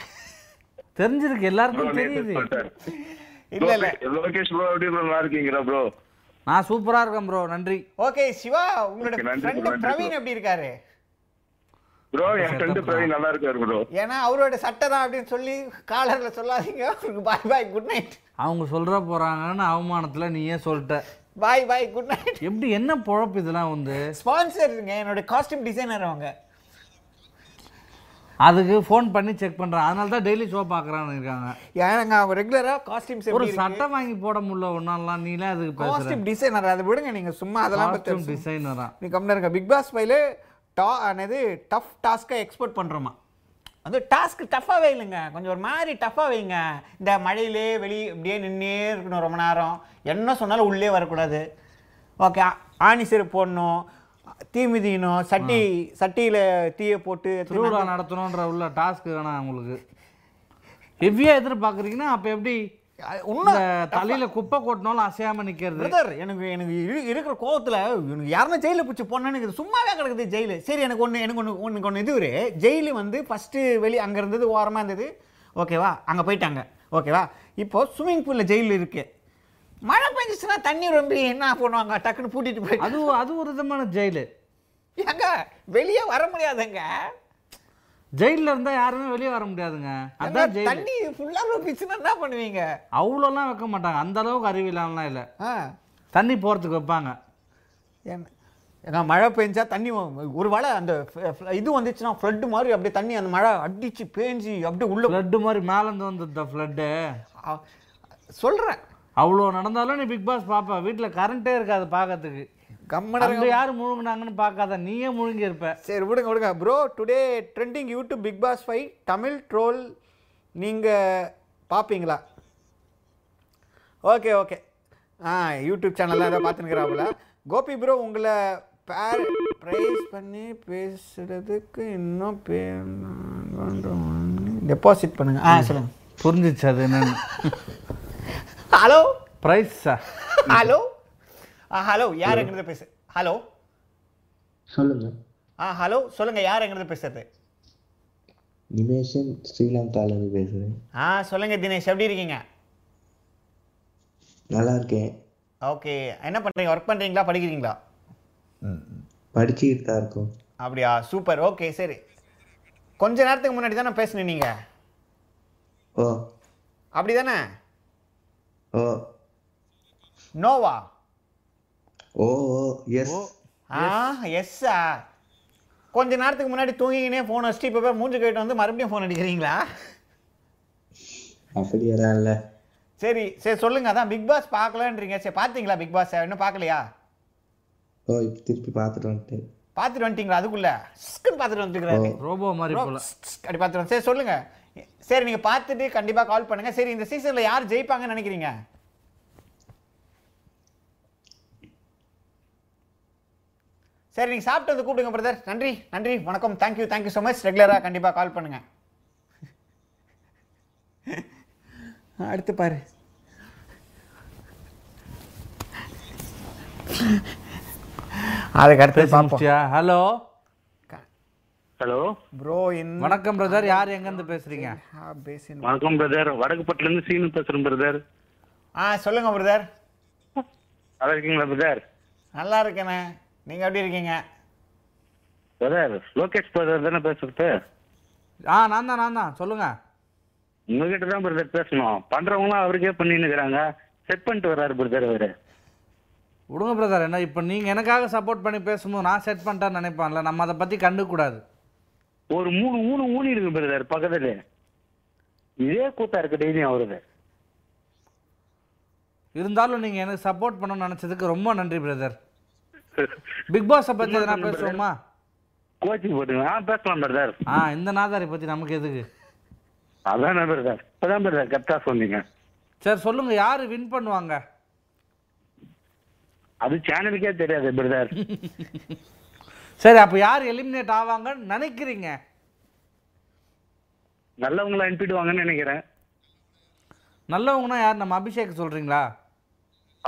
தெரிஞ்சிருக்கு
Bro,
எல்லாருக்கும்
நேத்து
தெரியுது
சொல்லிட்டாரு.
இல்ல இல்ல
கோபி- லோகேஷ் ப்ரோ எப்படி ப்ரோ நல்லா இருக்கீங்களா ப்ரோ
நான் சூப்பராக இருக்கேன் ப்ரோ நன்றி
ஓகே சிவா உங்களோட
Okay, நன்றி bro,
ஃப்ரெண்ட்
நன்றி
பிரவீன் எப்படி இருக்காரு
ப்ரோ என் ஃப்ரெண்டு பிரவீன் நல்லா இருக்காரு ப்ரோ
ஏன்னா அவரோட சட்டை தான் அப்படின்னு சொல்லி காலர்ல சொல்லாதீங்க அவருக்கு பாய் பாய் குட் நைட்
அவங்க சொல்கிற போகிறாங்கன்னு அவமானத்தில் நீயே சொல்லிட்ட
பாய் பாய் குட் நைட்
எப்படி என்ன பொழப்பு இதெல்லாம் வந்து
ஸ்பான்சர் இருங்க என்னோட காஸ்டியூம் டிசைனர் அவங்க
அதுக்கு ஃபோன் பண்ணி செக் பண்ணுறேன் அதனால தான் டெய்லி ஷோ பார்க்குறான்னு இருக்காங்க
ஏங்க அவங்க ரெகுலரா காஸ்டியூம்ஸ்
ஒரு
எப்படி
சட்டை வாங்கி போட முடியல ஒன்னாலாம் நீலாம் அதுக்கு பேசுகிற
காஸ்டியூம் டிசைனர் அதை விடுங்க நீங்க சும்மா அதெல்லாம் பத்தி
காஸ்டியூம் டிசைனரா
நீ கம்முன்னு இருங்க பிக் பாஸ் ஃபைல டா என்னது டஃப் டாஸ்க்கை எக்ஸ்போர்ட் பண்ணுறோமா அது டாஸ்க் டஃப்பாக வைலுங்க கொஞ்சம் ஒரு மாதிரி டஃப்பாக வைங்க இந்த மழையிலே வெளியே இப்படியே நின்னே இருக்கணும் ரொம்ப நேரம் என்ன சொன்னாலும் உள்ளே வரக்கூடாது ஓகே ஆணி செருப்பு போடணும் தீ மிதிக்கணும் சட்டி சட்டியில் தீயை போட்டு
திருவிழா நடத்தணுன்ற உள்ள டாஸ்க் வேணாம் உங்களுக்கு ஹெவியாக எதிர்பார்க்குறீங்கன்னா அப்போ எப்படி இந்த
இன்னும்
தலையில் குப்பை கொட்டினாலும் அசையாமல் நிற்கிறது
பிரதர் எனக்கு எனக்கு இரு- இருக்கிற கோவத்துல எனக்கு யாருன்னா ஜெயிலில் பிடிச்சி போனேன்னு எனக்கு சும்மாவே கிடக்குது ஜெயிலு சரி எனக்கு ஒன்று எனக்கு ஒன்று ஒன்று ஒன்று இது ஒரு ஜெயிலு வந்து ஃபஸ்ட்டு வெளியே அங்கே இருந்தது ஓரமாக இருந்தது ஓகேவா அங்கே போயிட்டாங்க ஓகேவா இப்போ ஸ்விம்மிங் பூலில் ஜெயில் இருக்குது மழை பெஞ்சிச்சுன்னா தண்ணி ரொம்ப என்ன பண்ணுவாங்க டக்குன்னு பூட்டிட்டு போயிட்டு
அது அது ஒரு விதமான ஜெயிலு
ஏங்க வெளியே வர முடியாதுங்க
ஜெயிலில் இருந்தால் யாருமே வெளியே வர முடியாதுங்க அதான்
ஏங்க,
ஜெயில்
தண்ணி ஃபுல்லாக ரொம்பிச்சுன்னா என்ன பண்ணுவீங்க
அவ்வளோலாம் வைக்க மாட்டாங்க அந்த அளவுக்கு அறிவிலாம்லாம் இல்லை
ஆ
தண்ணி போகிறதுக்கு வைப்பாங்க
என்ன ஏங்க, மழை பெஞ்சா தண்ணி வ- ஒரு வேளை அந்த ஃப்- ஃப்- இது வந்துச்சுன்னா ஃப்ளட்டு மாதிரி அப்படியே தண்ணி அந்த மழை அடிச்சு பேஞ்சு அப்படியே உள்ள
ஃப்ளட்டு மாதிரி மேலேருந்து வந்த ஃப்ளட்டு
ஆ, சொல்றேன்
அவ்வளோ நடந்தாலும் நீ பிக் பாஸ் பார்ப்ப வீட்டில் கரண்ட்டே இருக்காது பார்க்கறதுக்கு அங்கே
கம்மனங்க
யார் முழுங்கினாங்கன்னு பார்க்காத நீயே முழுங்கி இருப்ப
சரி விடுங்க விடுங்க bro today trending YouTube big pass five Tamil troll நீங்க பார்ப்பீங்களா ஓகே ஓகே ஆ யூடியூப் சேனலில் ஏதோ பார்த்துன்னுக்கிறாப்புல கோபி ப்ரோ உங்களை பேர் ப்ரைஸ் பண்ணி பேசுறதுக்கு இன்னும் பே டெபாசிட் பண்ணுங்க ஆ சொல்லுங்க
புரிஞ்சிச்சு அது என்னன்னு
ஹலோ
ப்ரைஸ் சார்
ஹலோ ஆ ஹலோ யார் எங்கிருந்து பேசு ஹலோ
சொல்லுங்க
ஆ ஹலோ சொல்லுங்க யார் எங்கிருந்து பேசுறது
நிமேஷன் ஸ்ரீலங்கால இருந்து பேசுறேன்
ஆ சொல்லுங்க தினேஷ் எப்படி இருக்கீங்க
நல்லா இருக்கேன்
ஓகே என்ன பண்றீங்க ஒர்க் பண்றீங்களா படிக்கிறீங்களா
படிச்சுக்கிட்டு தான் இருக்கோம்
அப்படியா சூப்பர் ஓகே சரி கொஞ்ச நேரத்துக்கு முன்னாடி தானே பேசணும் நீங்க
ஓ
அப்படி தானே
ஓ
நோவா
ஓ ஓ எஸ்
ஆ எஸ்ஸா கொஞ்ச நேரத்துக்கு முன்னாடி தூங்கிக்கினே ஃபோன் வச்சுட்டு இப்போ போய் மூஞ்சி கேட்டு வந்து மறுபடியும் ஃபோன் அடிக்கிறீங்களா
அப்படியெல்லாம் இல்லை
சரி சரி சொல்லுங்க அதான் பிக் பாஸ் பார்க்கலன்றீங்க சரி பார்த்தீங்களா பிக் பாஸ் இன்னும் பார்க்கலையா
ஓ இப்போ திருப்பி பார்த்துட்டு வந்துட்டேன்
பார்த்துட்டு வந்துட்டீங்களா அதுக்குள்ள ஸ்க்குன்னு பார்த்துட்டு வந்துருக்கிறாரு
ரோபோ மாதிரி போல
அப்படி பார்த்துட்டு வந்து- சரி சொல்லுங்க சரி நீங்க பார்த்துட்டு கண்டிப்பா கால் பண்ணுங்க சரி இந்த சீசன்ல யார் ஜெயிப்பாங்கன்னு நினைக்கிறீங்க சரி நீங்கள் சாப்பிட்டு வந்து கூப்பிடுங்க பிரதர் நன்றி நன்றி வணக்கம் தேங்க்யூ தேங்க்யூ ஸோ மச் ரெகுலராக கண்டிப்பாக கால் பண்ணுங்க அடுத்து பாரு அதுக்கு அடுத்து பார்ப்போம்
ஹலோ
ஹலோ
ப்ரோ இன்
வணக்கம் பிரதர் யார் எங்கேருந்து பேசுறீங்க
பேசின்
வணக்கம் பிரதர் வடக்குப்பட்டுல இருந்து சீனு பேசுறேன் பிரதர்
ஆ சொல்லுங்க பிரதர்
நல்லா இருக்கீங்களா பிரதர்
நல்லா இருக்கேண்ணே நீங்கள் எப்படி இருக்கீங்க
பிரதர் லோகேஷ் பிரதர் தானே பேசுறது
ஆ நான் தான் நான் தான் சொல்லுங்க
உங்ககிட்ட தான் பிரதர் பேசணும் பண்றவங்களாம் அவருக்கே பண்ணின்னு இருக்கிறாங்க செட் பண்ணிட்டு வர்றாரு பிரதர் அவரு
விடுங்க பிரதர் என்ன இப்போ நீங்கள் எனக்காக சப்போர்ட் பண்ணி பேசும்போது நான் செட் பண்ணிட்டேன்னு நினைப்பான்ல நம்ம அதை பற்றி கண்டுக்கூடாது
ஒரு மூணு மூணு ஊனி இருக்கு பிரதர் பக்கத்துல இதே கூத்தா இருக்கு டெய்லியும் அவருது
இருந்தாலும் நீங்கள் எனக்கு சப்போர்ட் பண்ணணும்னு நினச்சதுக்கு ரொம்ப நன்றி பிரதர் பிக் பாஸை பற்றி எதனா பேசுவோமா
கோச்சிங் போட்டுங்க ஆ பேசலாம் பிரதர்
ஆ இந்த நாதாரி பற்றி நமக்கு எதுக்கு
அதான் பிரதர் இப்பதான் பிரதர் கரெக்டா சொன்னீங்க
சரி சொல்லுங்கள் யார் வின் பண்ணுவாங்க
அது சேனலுக்கே தெரியாது பிரதர்
சரி அப்போ யார் எலிமினேட் ஆவாங்கன்னு நினைக்கிறீங்க
நல்லவங்கள அனுப்பிடுவாங்கன்னு நினைக்கிறேன்
நல்லவங்கன்னா யார் நம்ம அபிஷேக் சொல்கிறீங்களா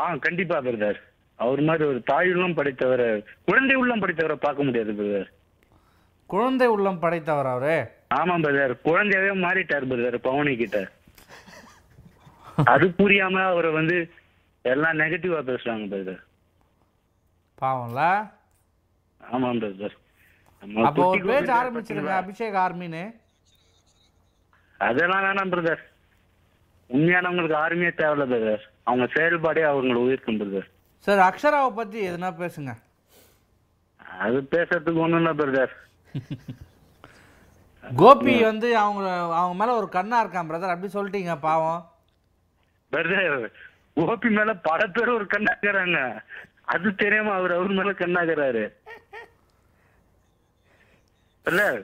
ஆ கண்டிப்பா பிரதர் அவர் மாதிரி ஒரு தாய் உள்ளம் படைத்தவரை குழந்தை உள்ளம் படைத்தவரை பார்க்க முடியாது பிரதர்
குழந்தை உள்ளம் படைத்தவர் அவரு
ஆமா பிரதர் குழந்தையாவே மாறிட்டார் பிரதர் பவனி கிட்ட அது புரியாம அவரை வந்து எல்லாம் நெகட்டிவா பேசுறாங்க பிரதர்
பாவம்ல
ஆமா பிரதர்
அப்போ ஒரு பேஜ் ஆரம்பிச்சிருங்க அபிஷேக் ஆர்மின்னு
அதெல்லாம் வேணாம் பிரதர் உண்மையானவங்களுக்கு ஆர்மியே தேவையில்ல பிரதர் அவங்க செயல்பாடே அவங்களை உயிர்க்கும் பிரதர்
சரி அக்ஷராவை பற்றி எதுனா பேசுங்க
அது பேசுறதுக்கு ஒண்ணும் இல்ல பிரதர்
கோபி வந்து அவங்க அவங்க மேலே ஒரு கண்ணா இருக்கான் பிரதர் அப்படி சொல்லிட்டீங்க பாவம்
பிரதர் கோபி மேல பல பேர் ஒரு கண்ணாக்குறாங்க அது தெரியாம அவர் அவர் மேல கண்ணாக்குறாரு brother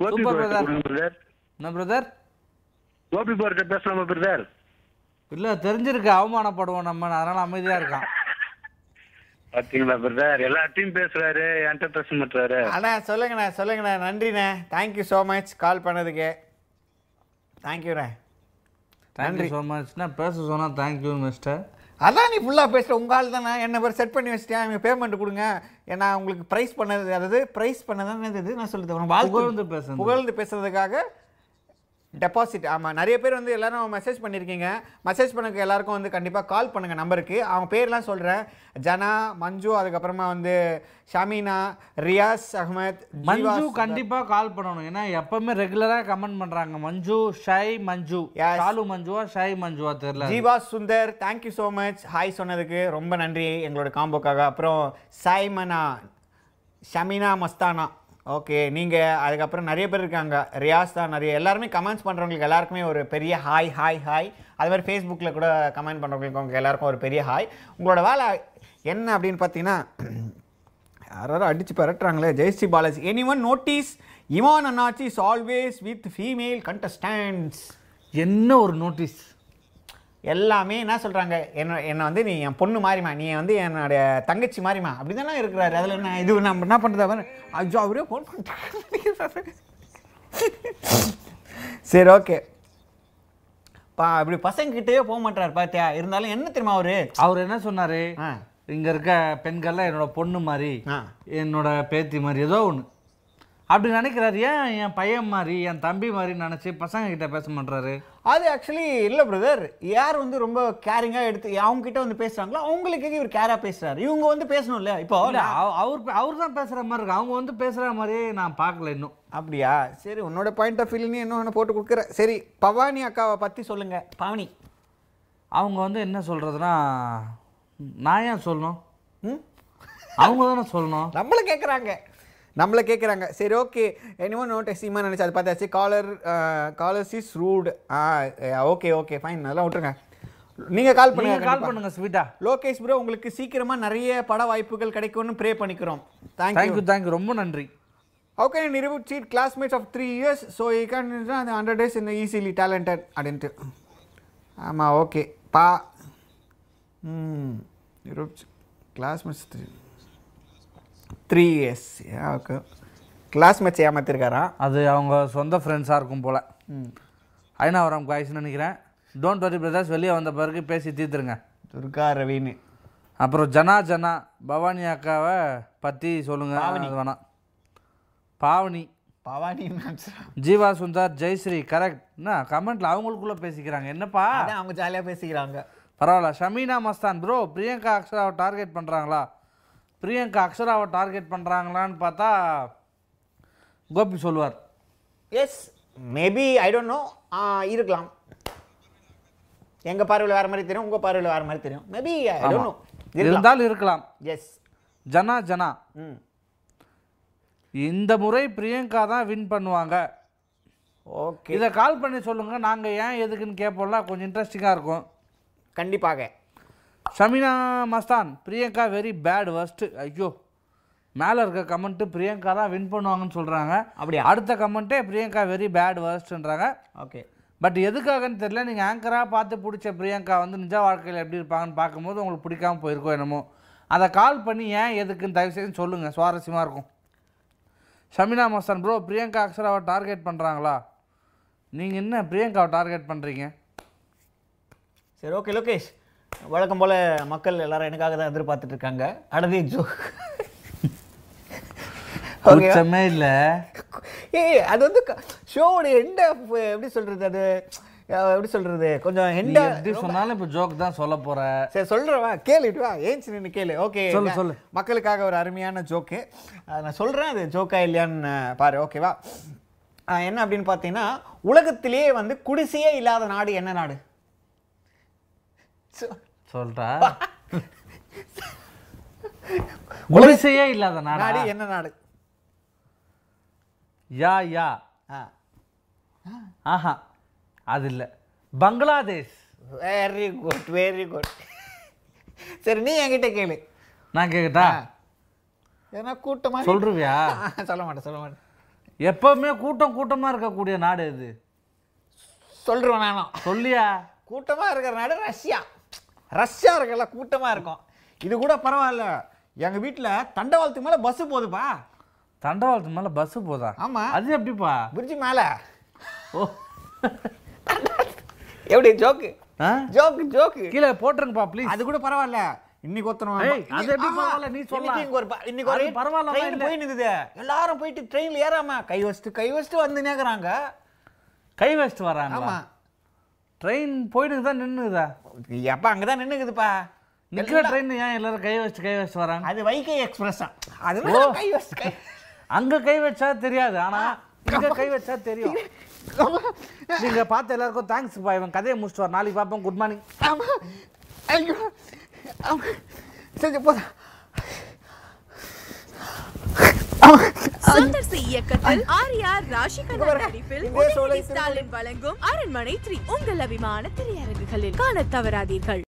Gopi
Super brother.
Brother
என்ன பிரதர்
கோபி போர்ட்ட பேசலாமா பிரதர்
இல்லை தெரிஞ்சிருக்கு அவமானப்படுவோம் நம்ம அதனால அமைதியாக இருக்கான்
பாத்தீங்களா பிரதர் எல்லாத்தையும் பேசுறாரு என்கிட்ட பேச மாட்டாரு
அண்ணா சொல்லுங்கண்ணே சொல்லுங்கண்ணே நன்றிண்ணே தேங்க்யூ ஸோ மச் கால் பண்ணதுக்கு தேங்க்யூண்ணே
தேங்க்யூ ஸோ மச்னா பேச சொன்னால் தேங்க்யூ மிஸ்டர்
அதான் நீ ஃபுல்லாக பேசுகிற உங்கள் ஆள் தானே என்ன பேர் செட் பண்ணி வச்சிட்டேன் நீங்கள் பேமெண்ட் கொடுங்க ஏன்னா உங்களுக்கு ப்ரைஸ் பண்ணது அதாவது ப்ரைஸ் பண்ணதான் இது நான் சொல்லுது உனக்கு வாழ்த்து.
புகழ்ந்து பேசுறது.
புகழ்ந்து பேசுறதுக்காக டெபாசிட் ஆமாம் நிறைய பேர் வந்து எல்லாரும் மெசேஜ் பண்ணியிருக்கீங்க மெசேஜ் பண்ணுங்க எல்லாருக்கும் வந்து கண்டிப்பாக கால் பண்ணுங்கள் நம்பருக்கு அவங்க பேர்லாம் சொல்கிறேன் ஜனா மஞ்சு அதுக்கப்புறமா வந்து ஷமீனா ரியாஸ் அகமத் ஜீவா
மஞ்சு
சுந்தர்.
கண்டிப்பா கால் பண்ணணும் ஏன்னா எப்பவுமே ரெகுலரா கமெண்ட் பண்றாங்க மஞ்சு ஷை மஞ்சு
Yes.
சாலு மஞ்சுவா ஷை மஞ்சுவா தெரியல
Jeeva Sundar thank you so much hi சொன்னதுக்கு ரொம்ப நன்றி எங்களோட காம்போக்காக அப்புறம் சைமனா ஷமினா மஸ்தானா ஓகே நீங்கள் அதுக்கப்புறம் நிறைய பேர் இருக்காங்க ரியாஸ் தான் நிறைய எல்லாருமே கமெண்ட்ஸ் பண்ணுறவங்களுக்கு எல்லாருக்குமே ஒரு பெரிய ஹாய் ஹாய் ஹாய் அது மாதிரி ஃபேஸ்புக்கில் கூட கமெண்ட் பண்ணுறவங்களுக்கு அவங்க எல்லாருக்கும் ஒரு பெரிய ஹாய் உங்களோட வேலை என்ன அப்படின்னு பார்த்தீங்கன்னா யாராரும் அடிச்சு பரட்டுறாங்களே Jayashree Balaji any one notice Imman Annachi is always with female contestants
என்ன ஒரு நோட்டீஸ்
எல்லாமே என்ன சொல்கிறாங்க என்ன என்னை வந்து நீ என் பொண்ணு மாறிமா நீ வந்து என்னோட தங்கச்சி மாறிமா அப்படி தானே இருக்கிறாரு அதில் என்ன இது நம்ம என்ன பண்ணுறது அவர் ஐயோ அவரே ஃபோன் பண்ணிட்டாங்க சரி ஓகே பா இப்படி பசங்ககிட்டயே போக மாட்டார் பார்த்தியா இருந்தாலும் என்ன தெரியுமா அவரு
அவர் என்ன சொன்னாரு
ஆ
இங்க இருக்க பெண்கள்லாம் என்னோட பொண்ணு மாதிரி
ஆ
என்னோட பேத்தி மாதிரி ஏதோ ஒன்று அப்படி நினைக்கிறாரு ஏன் என் பையன் மாதிரி என் தம்பி மாதிரி நினைச்சு பசங்க கிட்ட பேச மாட்டாரு
அது ஆக்சுவலி இல்லை பிரதர் யார் வந்து ரொம்ப கேரிங்காக எடுத்து அவங்க கிட்ட வந்து பேசுறாங்களோ அவங்களுக்கே இவர் கேராக பேசுறாரு இவங்க வந்து பேசணும்ல இப்போ
இல்ல, அவ- அவர் அவர் தான் பேசுற மாதிரி இருக்கு அவங்க வந்து பேசுற மாதிரியே நான் பார்க்கல இன்னும்
அப்படியா சரி உன்னோட பாயிண்ட் ஆஃப் வியூ இன்னும் ஒன்று போட்டு கொடுக்குற சரி பவானி அக்காவை பற்றி சொல்லுங்க பவானி
அவங்க வந்து என்ன சொல்றதுன்னா நான் ஏன் சொல்லணும்
ம்
அவங்க தானே சொல்லணும்
நம்மள கேட்குறாங்க நம்மள கேட்குறாங்க சரி ஓகே என்னமோ நோட்டை சீமா நினச்சி அது பார்த்தாச்சு uh, caller callers is root ஆ ஓகே ஓகே ஃபைன் அதெல்லாம் விட்டுருங்க நீங்கள் கால்
நீங்க
பண்ணுங்க
கால் பண்ணுங்க ஸ்வீட்டா
லோகேஷ் ப்ரோ உங்களுக்கு சீக்கிரமா நிறைய பட வாய்ப்புகள் கிடைக்கும்னு ப்ரே பண்ணிக்கிறோம் தேங்க்யூ
தேங்க்யூ தேங்க்யூ ரொம்ப நன்றி
How can an Iribut cheat classmates of three years so he can run the 100 days in the easily talented அப்படின்ட்டு ஆமாம் ஓகே பா Hmm. ம் இருபத்தி classmates three three years okay classmates ஏமாத்திருக்காராம்
அது அவங்க சொந்த ஃப்ரெண்ட்ஸாக இருக்கும் போல் ஐநாவரம் காய்ஸ்னு நினைக்கிறேன் டோன்ட் வரி பிரதர்ஸ் வெளியே வந்த பிறகு பேசி தீர்த்துருங்க
துர்கா ரவின்னு
அப்புறம் ஜனா ஜனா பவானி அக்காவை பற்றி சொல்லுங்கள் அது வேணாம் பாவனி
பவானி நினைச்சா.
ஜீவா சுந்தர் ஜெயஸ்ரீ கரெக்ட் என்ன கமெண்ட்டில் அவங்களுக்குள்ளே பேசிக்கிறாங்க என்னப்பா
அதான் அவங்க ஜாலியாக பேசிக்கிறாங்க
பரவாயில்ல ஷமீனா மஸ்தான் ப்ரோ பிரியங்கா அக்ஷராவை டார்கெட் பண்ணுறாங்களா பிரியங்கா அக்ஷராவை டார்கெட் பண்ணுறாங்களான்னு பார்த்தா கோபி சொல்வார்
yes maybe I don't know இருக்கலாம் எங்கள் பார்வையில் வேறு மாதிரி தெரியும் உங்கள் பார்வையில் வேறு மாதிரி தெரியும் மேபி ஐ டோன்ட் நோ
இருந்தால் இருக்கலாம்
எஸ்
ஜனா ஜனா
ம்
இந்த முறை பிரியங்கா தான் வின் பண்ணுவாங்க
ஓகே
இதை கால் பண்ணி சொல்லுங்க நாங்கள் ஏன் எதுக்குன்னு கேட்போம்ல கொஞ்சம் இன்ட்ரெஸ்டிங்காக இருக்கும்
கண்டிப்பாக
Shamina Mastan Priyanka very bad worst ஐயோ மேலே இருக்க கமெண்ட்டு பிரியங்கா தான் வின் பண்ணுவாங்கன்னு சொல்கிறாங்க
அப்படியா?
அடுத்த கமெண்ட்டே பிரியங்கா வெரி பேட் worstன்றாங்க
ஓகே
பட் எதுக்காகன்னு தெரியல நீங்கள் ஆங்கராக பார்த்து பிடிச்ச பிரியங்கா வந்து நிஜ வாழ்க்கையில் எப்படி இருப்பாங்கன்னு பார்க்கும்போது உங்களுக்கு பிடிக்காம போயிருக்கோ என்னமோ அதை கால் பண்ணி ஏன் எதுக்குன்னு தயவு செய்து சொல்லுங்கள் சுவாரஸ்யமாக இருக்கும் ஷமினா மஸ்தான் ப்ரோ பிரியங்கா அக்ஷராவை டார்கெட் பண்ணுறாங்களா நீங்கள் என்ன பிரியங்காவை டார்கெட் பண்ணுறீங்க
சரி ஓகே லோகேஷ் வழக்கம் போல் மக்கள் எல்லாரும் எனக்காக தான் எதிர்பார்த்துட்டு இருக்காங்க அடதே ஜோ Okay.
உச்சமே இல்லை
ஏய் அது வந்து ஷோவோட எண்ட் ஆஃப் எப்படி சொல்கிறது அது அஹ், எப்படி சொல்கிறது கொஞ்சம்
நீ
எண்ட்
எப்படி சொன்னாலும் இப்போ ஜோக் தான் சொல்ல போகிற
சரி சொல்கிறவா கேளுட்டு வா ஏஞ்சி நின்று கேளு ஓகே
சொல்லு, சொல்லு.
மக்களுக்காக ஒரு அருமையான ஜோக்கு நான் சொல்கிறேன் அது ஜோக்கா இல்லையான்னு அஹ், பாரு ஓகேவா அஹ், என்ன அப்படின்னு பார்த்தீங்கன்னா உலகத்திலேயே வந்து குடிசையே இல்லாத நாடு என்ன நாடு
சொல்கிறா குடிசையே இல்லாத
நாடு
நாடா
என்ன நாடு
யா யா
ஆ
ஆஹா அது இல்லை Bangladesh
very good very good சரி நீ என்கிட்ட கேளு
நான் கேட்கட்டா
ஏன்னா கூட்டமா
சொல்றியா
*laughs* சொல்ல மாட்டேன் சொல்ல மாட்டேன்
எப்பவுமே கூட்டம் கூட்டமா இருக்கக்கூடிய நாடு இது
சொல்றேன் நானும்
சொல்லியா
கூட்டமா இருக்கிற நாடு ரஷ்யா ரஷ்யா இருக்கல கூட்டமா இருக்கும் இது கூட பரவாயில்ல எங்க வீட்டுல தண்டவாளத்துக்கு மேல பஸ் போகுதுப்பா
தண்டவாளத்து மேல பஸ் போதா
ஆமா.
அது எப்படிப்பா
பிரிட்ஜ் மேல
ஓ
எப்படி ஜோக்கு
ஆ?
ஜோக்கு ஜோக்கு
கீழே போட்டுருங்கப்பா ப்ளீஸ்
அது கூட பரவாயில்ல இன்னைக்கு ஒருத்தன் வந்தான்.
ஏய், அது எப்படி
ஆமா,
பரவாயில்ல? நீ சொல்லலாம்.
இன்னைக்கு இங்க ஒரு ப- இன்னைக்கு ஒரு
அது பரவாயில்லமா
train
இல்ல?
போய் நிக்குது எல்லாரும் போயிட்டு ட்ரெயின்ல ஏறாம கை வச்சுட்டு கை வச்சுட்டு வந்து நேக்குறாங்க
கை வச்சுட்டு வராங்களா
ஆமா
ட்ரெயின் போயிட்டு தான் நின்னுதா
எப்பா அங்கதான் நின்னுக்குதுப்பா
நிக்கிற ட்ரெயின் ஏன் எல்லாரும் கை வச்சு கை வச்சுட்டு வராங்க
அது வைகை எக்ஸ்பிரஸ் தான் அது
ஓ.
கை வச்சு கை
அங்க கை வச்சா தெரியாது ஆனா இங்க கை வச்சா
*laughs*
தெரியும் நீங்க பார்த்த எல்லாருக்கும் தேங்க்ஸ் பா இவன் கதையை முடிச்சுட்டு வர நாளைக்கு பார்ப்போம் குட் மார்னிங்
ஆமா ஐயோ ஆமா சரி போதும்
சுந்தர் சி இயக்கத்தில் ஆர் ஆர் ராஷி கண்ணா
பாருங்க.
நடிப்பில்
இந்த சோலை
உதயநிதி ஸ்டாலின் வழங்கும் அரண்மனை த்ரீ உங்கள் அபிமான திரையரங்குகளில் காணத் தவறாதீர்கள்